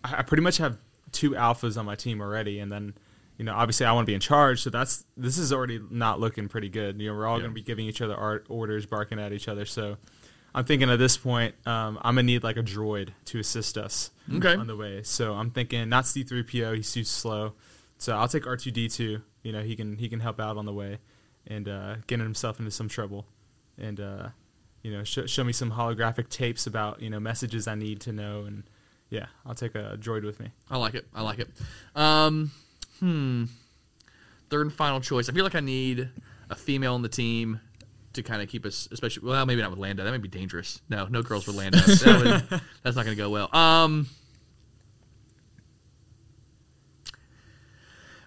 D: I, I pretty much have two alphas on my team already. And then, you know, obviously I want to be in charge, so that's this is already not looking pretty good. You know, we're all going to be giving each other art orders, barking at each other. So, I'm thinking at this point, um, I'm gonna need like a droid to assist us
C: Okay.
D: on the way. So I'm thinking not C3PO, he's too slow. So I'll take R2D2. You know, he can he can help out on the way and uh, getting himself into some trouble and uh, you know sh- show me some holographic tapes about you know messages I need to know and yeah, I'll take a droid with me.
C: I like it. I like it. Um, hmm. Third and final choice. I feel like I need a female on the team to kind of keep us, especially. Well, maybe not with Lando. That may be dangerous. No, no girls for Lando. That would- that's not going to go well. Um,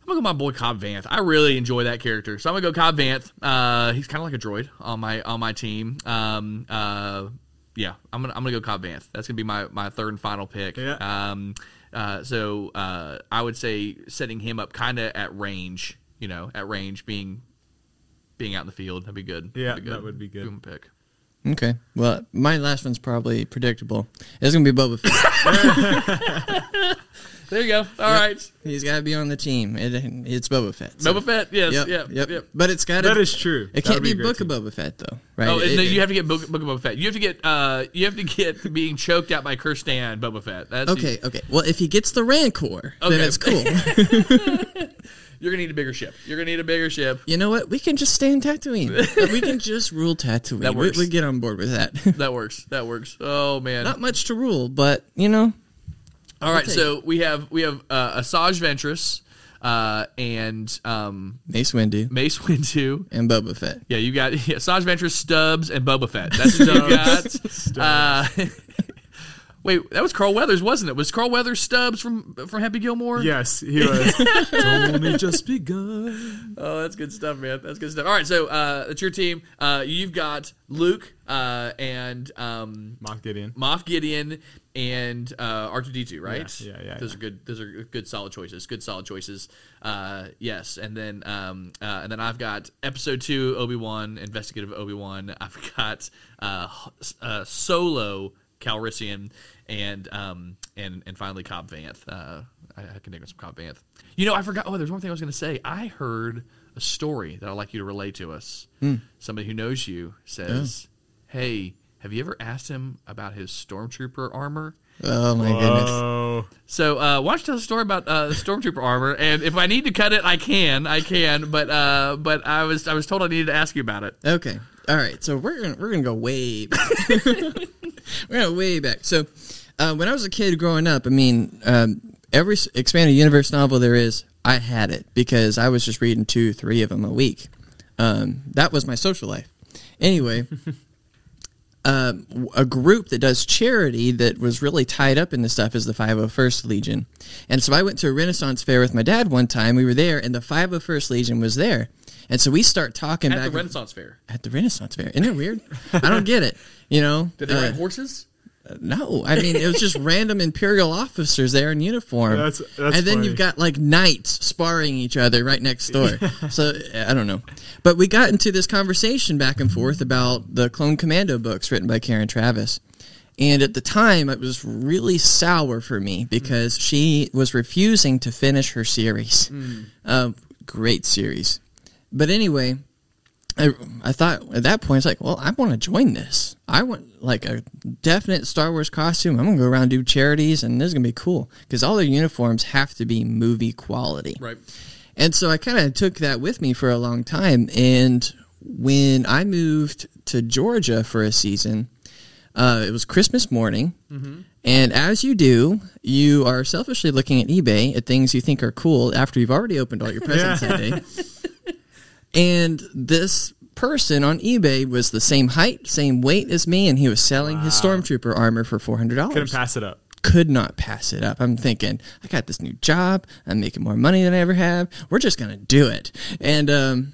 C: I'm gonna go my boy Cobb Vanth. I really enjoy that character, so I'm gonna go Cobb Vanth. Uh, he's kind of like a droid on my on my team. Um, uh, yeah, I'm gonna I'm gonna go Cobb Vanth. That's gonna be my, my third and final pick.
D: Yeah.
C: Um, uh, so uh, I would say setting him up kind of at range. You know, at range, being being out in the field, that'd be good.
D: Yeah,
C: That'd
D: that would be good.
C: Boom pick.
E: Okay. Well, my last one's probably predictable. It's gonna be
C: *laughs*
E: Boba Fett.
C: There you go. All right,
E: He's got to be on the team. It, it's Boba Fett. So-
C: Boba Fett. Yes.
E: Yep,
C: Yep. Yep.
E: But it's got to.
D: That is true. That
E: It can't
D: would
E: be,
D: a great
E: Book of
D: team.
E: Boba Fett though, right?
C: Oh,
E: It-
C: no,
E: it-
C: you have to get Book, Book of Boba Fett. You have to get uh, you have to get being choked out by Kirstan Boba Fett. That's
E: Okay, okay. Well, if he gets the Rancor, then
C: Okay. *laughs*
E: it's cool.
C: You're gonna need a bigger ship. You're gonna need a bigger ship.
E: you know what? We can just stay in Tatooine.
C: *laughs*
E: we can just rule Tatooine.
C: That
E: We,
C: works.
E: we get on board with that. *laughs*
C: That works. That works. Oh man.
E: Not much to rule, but you know,
C: All right.
E: take
C: So we have we have uh, Asajj Ventress uh, and um,
E: Mace Windu
C: Mace Windu.
E: and Boba Fett.
C: Yeah, you got yeah, Asajj Ventress, Stubbs, and Boba Fett. That's what you got. Uh, *laughs* wait, that was Carl Weathers, wasn't it? Was Carl Weathers Stubbs from from Happy Gilmore?
D: *laughs* Yes, he *laughs* was. It's only just begun.
C: Oh, that's good stuff, man. That's good stuff. All right, so uh, that's your team. Uh, you've got Luke uh, and um,
D: Mock Gideon.
C: Moff Gideon and uh, R2D2, right?
D: Yeah, yeah, yeah,
C: Those
D: yeah.
C: are good. Those are good, solid choices. Good, solid choices. Uh, yes, and then um, uh, and then I've got Episode Two, Obi Wan, Investigative Obi Wan. I've got uh, h- uh, Solo Calrissian, and um, and and finally Cobb Vanth. Uh, I, I can think of some Cobb Vanth. You know, I forgot. Oh, there's one thing I was going to say. I heard a story that I'd like you to relay to us. Somebody who knows you says, "Hey." Have you ever asked him about his stormtrooper armor?
E: Oh my goodness.
D: Oh,
C: So uh, why don't you tell us a story about uh, the stormtrooper armor? And if I need to cut it, I can, I can. But uh, but I was I was told I needed to ask you about it.
E: Okay. All right. So we're gonna, we're gonna go way back. *laughs* we're gonna go way back. So uh, when I was a kid growing up, I mean, um, every s- expanded universe novel there is, I had it because I was just reading two, three of them a week. Um, that was my social life. Anyway. *laughs* um, w- a group that does charity that was really tied up in this stuff is the 501st Legion. And so I went to a Renaissance fair with my dad one time. We were there, and the 501st Legion was there. And so we start talking
C: At
E: back
C: the
E: and-
C: Renaissance Fair,
E: at the Renaissance Fair. Isn't it weird? I don't get it.
D: *laughs*
E: You know,
C: did they
E: Uh,
C: ride horses?
E: no. I mean, it was just random imperial officers there in uniform.
D: That's- that's
E: and then
D: funny.
E: you've got like knights sparring each other
D: *laughs*
E: right next door. so I don't know, but we got into this conversation back and forth about the Clone Commando books written by Karen Travis. And at the time, it was really sour for me because she was refusing to finish her series.
D: Hmm.
E: Um, great series. But anyway, I, I thought at that point, it's like, well, I want to join this. I want like a definite Star Wars costume. I'm going to go around and do charities, and this is going to be cool because all their uniforms have to be movie quality.
C: Right.
E: And so I kind of took that with me for a long time. And when I moved to Georgia for a season, uh, it was Christmas morning. And as you do, you are selfishly looking at eBay at things you think are cool after you've already opened all your presents that day. And this person on eBay was the same height, same weight as me, and he was selling his stormtrooper armor for four hundred dollars
D: couldn't pass it up.
E: could not pass it up. I'm thinking, I got this new job. I'm making more money than I ever have. We're just going to do it. And um,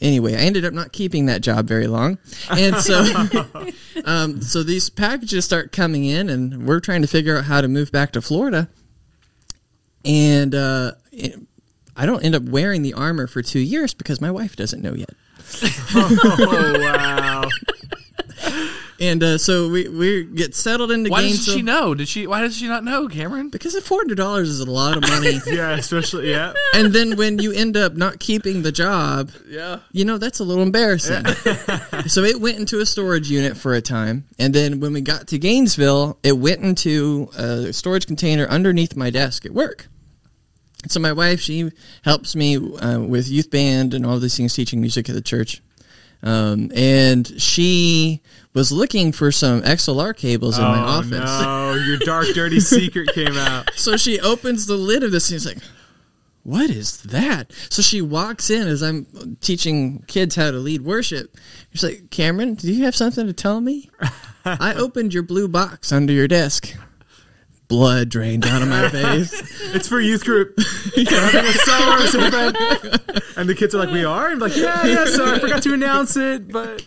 E: anyway, I ended up not keeping that job very long. And so, um, so these packages start coming in, and we're trying to figure out how to move back to Florida. and uh, it- I don't end up wearing the armor for two years because my wife doesn't know yet.
D: Oh wow!
E: And uh, so we we get settled into
C: Why
E: game.
C: does she know? Did she? Why does she not know, Cameron?
E: Because four hundred dollars is a lot of
D: *laughs*
E: money.
D: yeah, especially yeah.
E: and then when you end up not keeping the job,
C: Yeah.
E: you know that's a little embarrassing. *laughs* so it went into a storage unit for a time, and then when we got to Gainesville, it went into a storage container underneath my desk at work. So my wife, she helps me uh, with youth band and all these things, teaching music at the church. Um, and she was looking for some XLR cables in my
D: Oh
E: office.
D: no, your dark, dirty secret came out.
E: So she opens the lid of this and she's like, What is that? So she walks in as I'm teaching kids how to lead worship. She's like, Cameron, do you have something to tell me?
C: *laughs*
E: I opened your blue box under your desk. Blood drained out
C: *laughs*
E: of my face.
D: It's for youth group. *laughs* We're having a summer or something. And the kids are like, "We are." And I'm like, "Yeah, yeah." So I forgot to announce it, but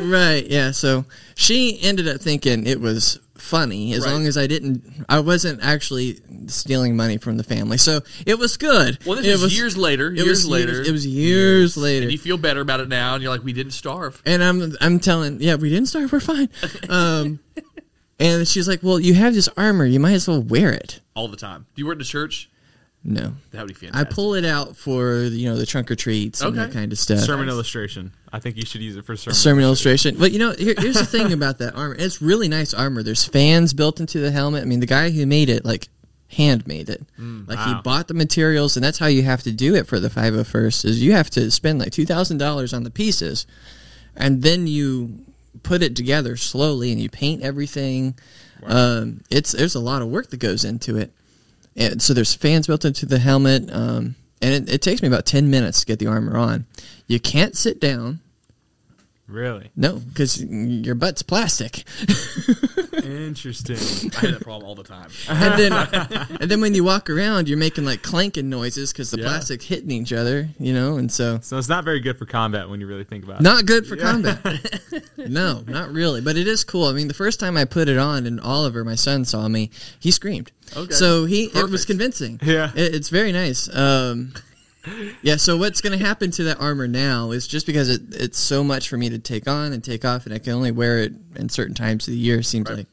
E: right, yeah. So she ended up thinking it was funny as long as I didn't I wasn't actually stealing money from the family. So it was good.
C: Well, this
E: it
C: is years later.
E: it
C: years
E: was
C: later.
E: It was years later.
C: and you feel better about it now, and you're like, we didn't starve.
E: And I'm I'm telling, yeah, we didn't start. We're fine. Um, and she's like, "Well, you have this armor. You might as well wear it."
C: all the time. Do you work at the church?
E: No,
C: That would be
E: I
C: fantastic.
E: pull it out for you know the trunk or treats and that
C: Okay.
E: kind of stuff.
D: sermon illustration. I think you should use it for sermon.
E: Sermon illustration, but you know, here, here's the thing about that armor. It's really nice armor. There's fans built into the helmet. I mean, the guy who made it, like, hand made it. like he bought the materials, and that's how you have to do it for the 501st. Is you have to spend like two thousand dollars on the pieces, and then you put it together slowly and you paint everything. Um, it's there's a lot of work that goes into it, and so there's fans built into the helmet, um, and it, it takes me about ten minutes to get the armor on. You can't sit down.
D: Really
E: No, because your butt's plastic. *laughs*
D: interesting.
C: I had that problem all the time.
E: And then, and then when you walk around, you're making like clanking noises because the plastic's hitting each other, you know, and so
D: *laughs* So it's not very good for combat when you really think about it.
E: not good for combat.
C: *laughs*
E: no, not really, but it is cool. I mean, the first time I put it on and Oliver, my son, saw me, he screamed.
C: Okay.
E: So he it was
C: Perfect. *laughs*
E: convincing.
D: Yeah.
E: It- it's very nice. Um, yeah. So what's going to happen to that armor now is just because it, it's so much for me to take on and take off, and I can only wear it in certain times of the year. It seems like.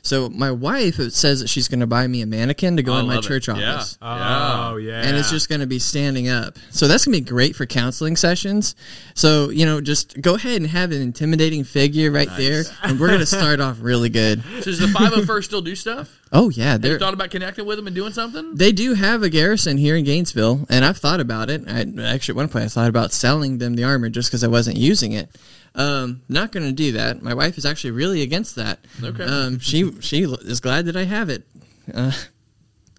E: So my wife it says that she's going to buy me a mannequin to go
C: I
E: in my
C: love it.
E: church
C: Yeah.
E: office
D: Oh yeah.
E: and it's just going to be standing up. So that's going to be great for counseling sessions. So, you know, just go ahead and have an intimidating figure right there, and we're going to start off really good.
C: So does the 501st still do stuff?
E: Oh, yeah. They're,
C: Thought about connecting with them and doing something?
E: they do have a garrison here in Gainesville, and I've thought about it. I, actually, at one point, I thought about selling them the armor just because I wasn't using it. Um, not going to do that. My wife is actually really against that.
C: Okay.
E: Um, she she is glad that I have it. Uh,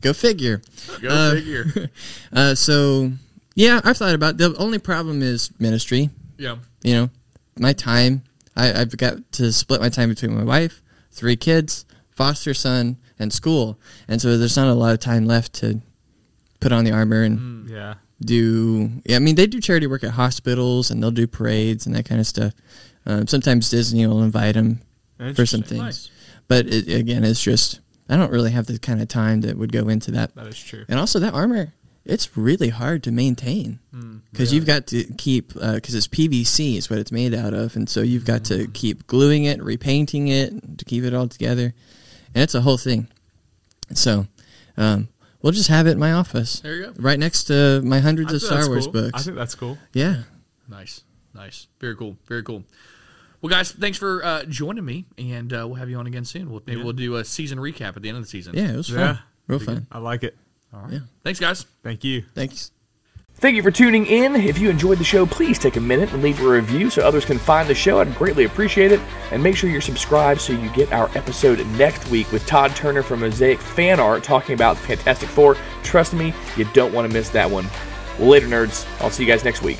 E: go figure.
C: Go
E: Uh,
C: figure.
E: Uh, so yeah, I've thought about the only problem is ministry.
C: Yeah.
E: You know, my time. I, I've got to split my time between my wife, three kids, foster son, and school, and so there's not a lot of time left to put on the armor and
D: yeah.
E: do. Yeah, I mean, they do charity work at hospitals, and they'll do parades and that kind of stuff. Um, sometimes Disney will invite them for some
D: Interesting.
E: things,
C: Nice.
E: but it, again, it's just I don't really have the kind of time that would go into that.
D: That is true.
E: And also that armor, it's really hard to maintain
D: Hmm.
E: because you've got to keep because it's PVC is what it's made out of, and so you've got
D: Hmm.
E: to keep gluing it, repainting it to keep it all together, and it's a whole thing. So, um, we'll just have it in my office.
C: There you go.
E: Right next to my hundreds
D: I
E: of
D: think
E: Star
D: that's
E: Wars
D: cool. I
E: books.
D: think that's cool.
E: yeah.
C: Nice. Nice. Very cool. Very cool. Well, guys, thanks for uh, joining me, and uh, we'll have you on again soon. We'll, maybe we'll do a season recap at the end of the season.
E: Yeah, it was fun.
D: Yeah.
E: Real fun.
D: I like it.
C: Thanks, guys.
D: Thank you.
E: Thanks.
B: Thank you for tuning in. If you enjoyed the show, please take a minute and leave a review so others can find the show. I'd greatly appreciate it. And make sure you're subscribed so you get our episode next week with Todd Turner from Mosaic Fan Art talking about Fantastic Four. Trust me, you don't want to miss that one. Later, nerds. I'll see you guys next week.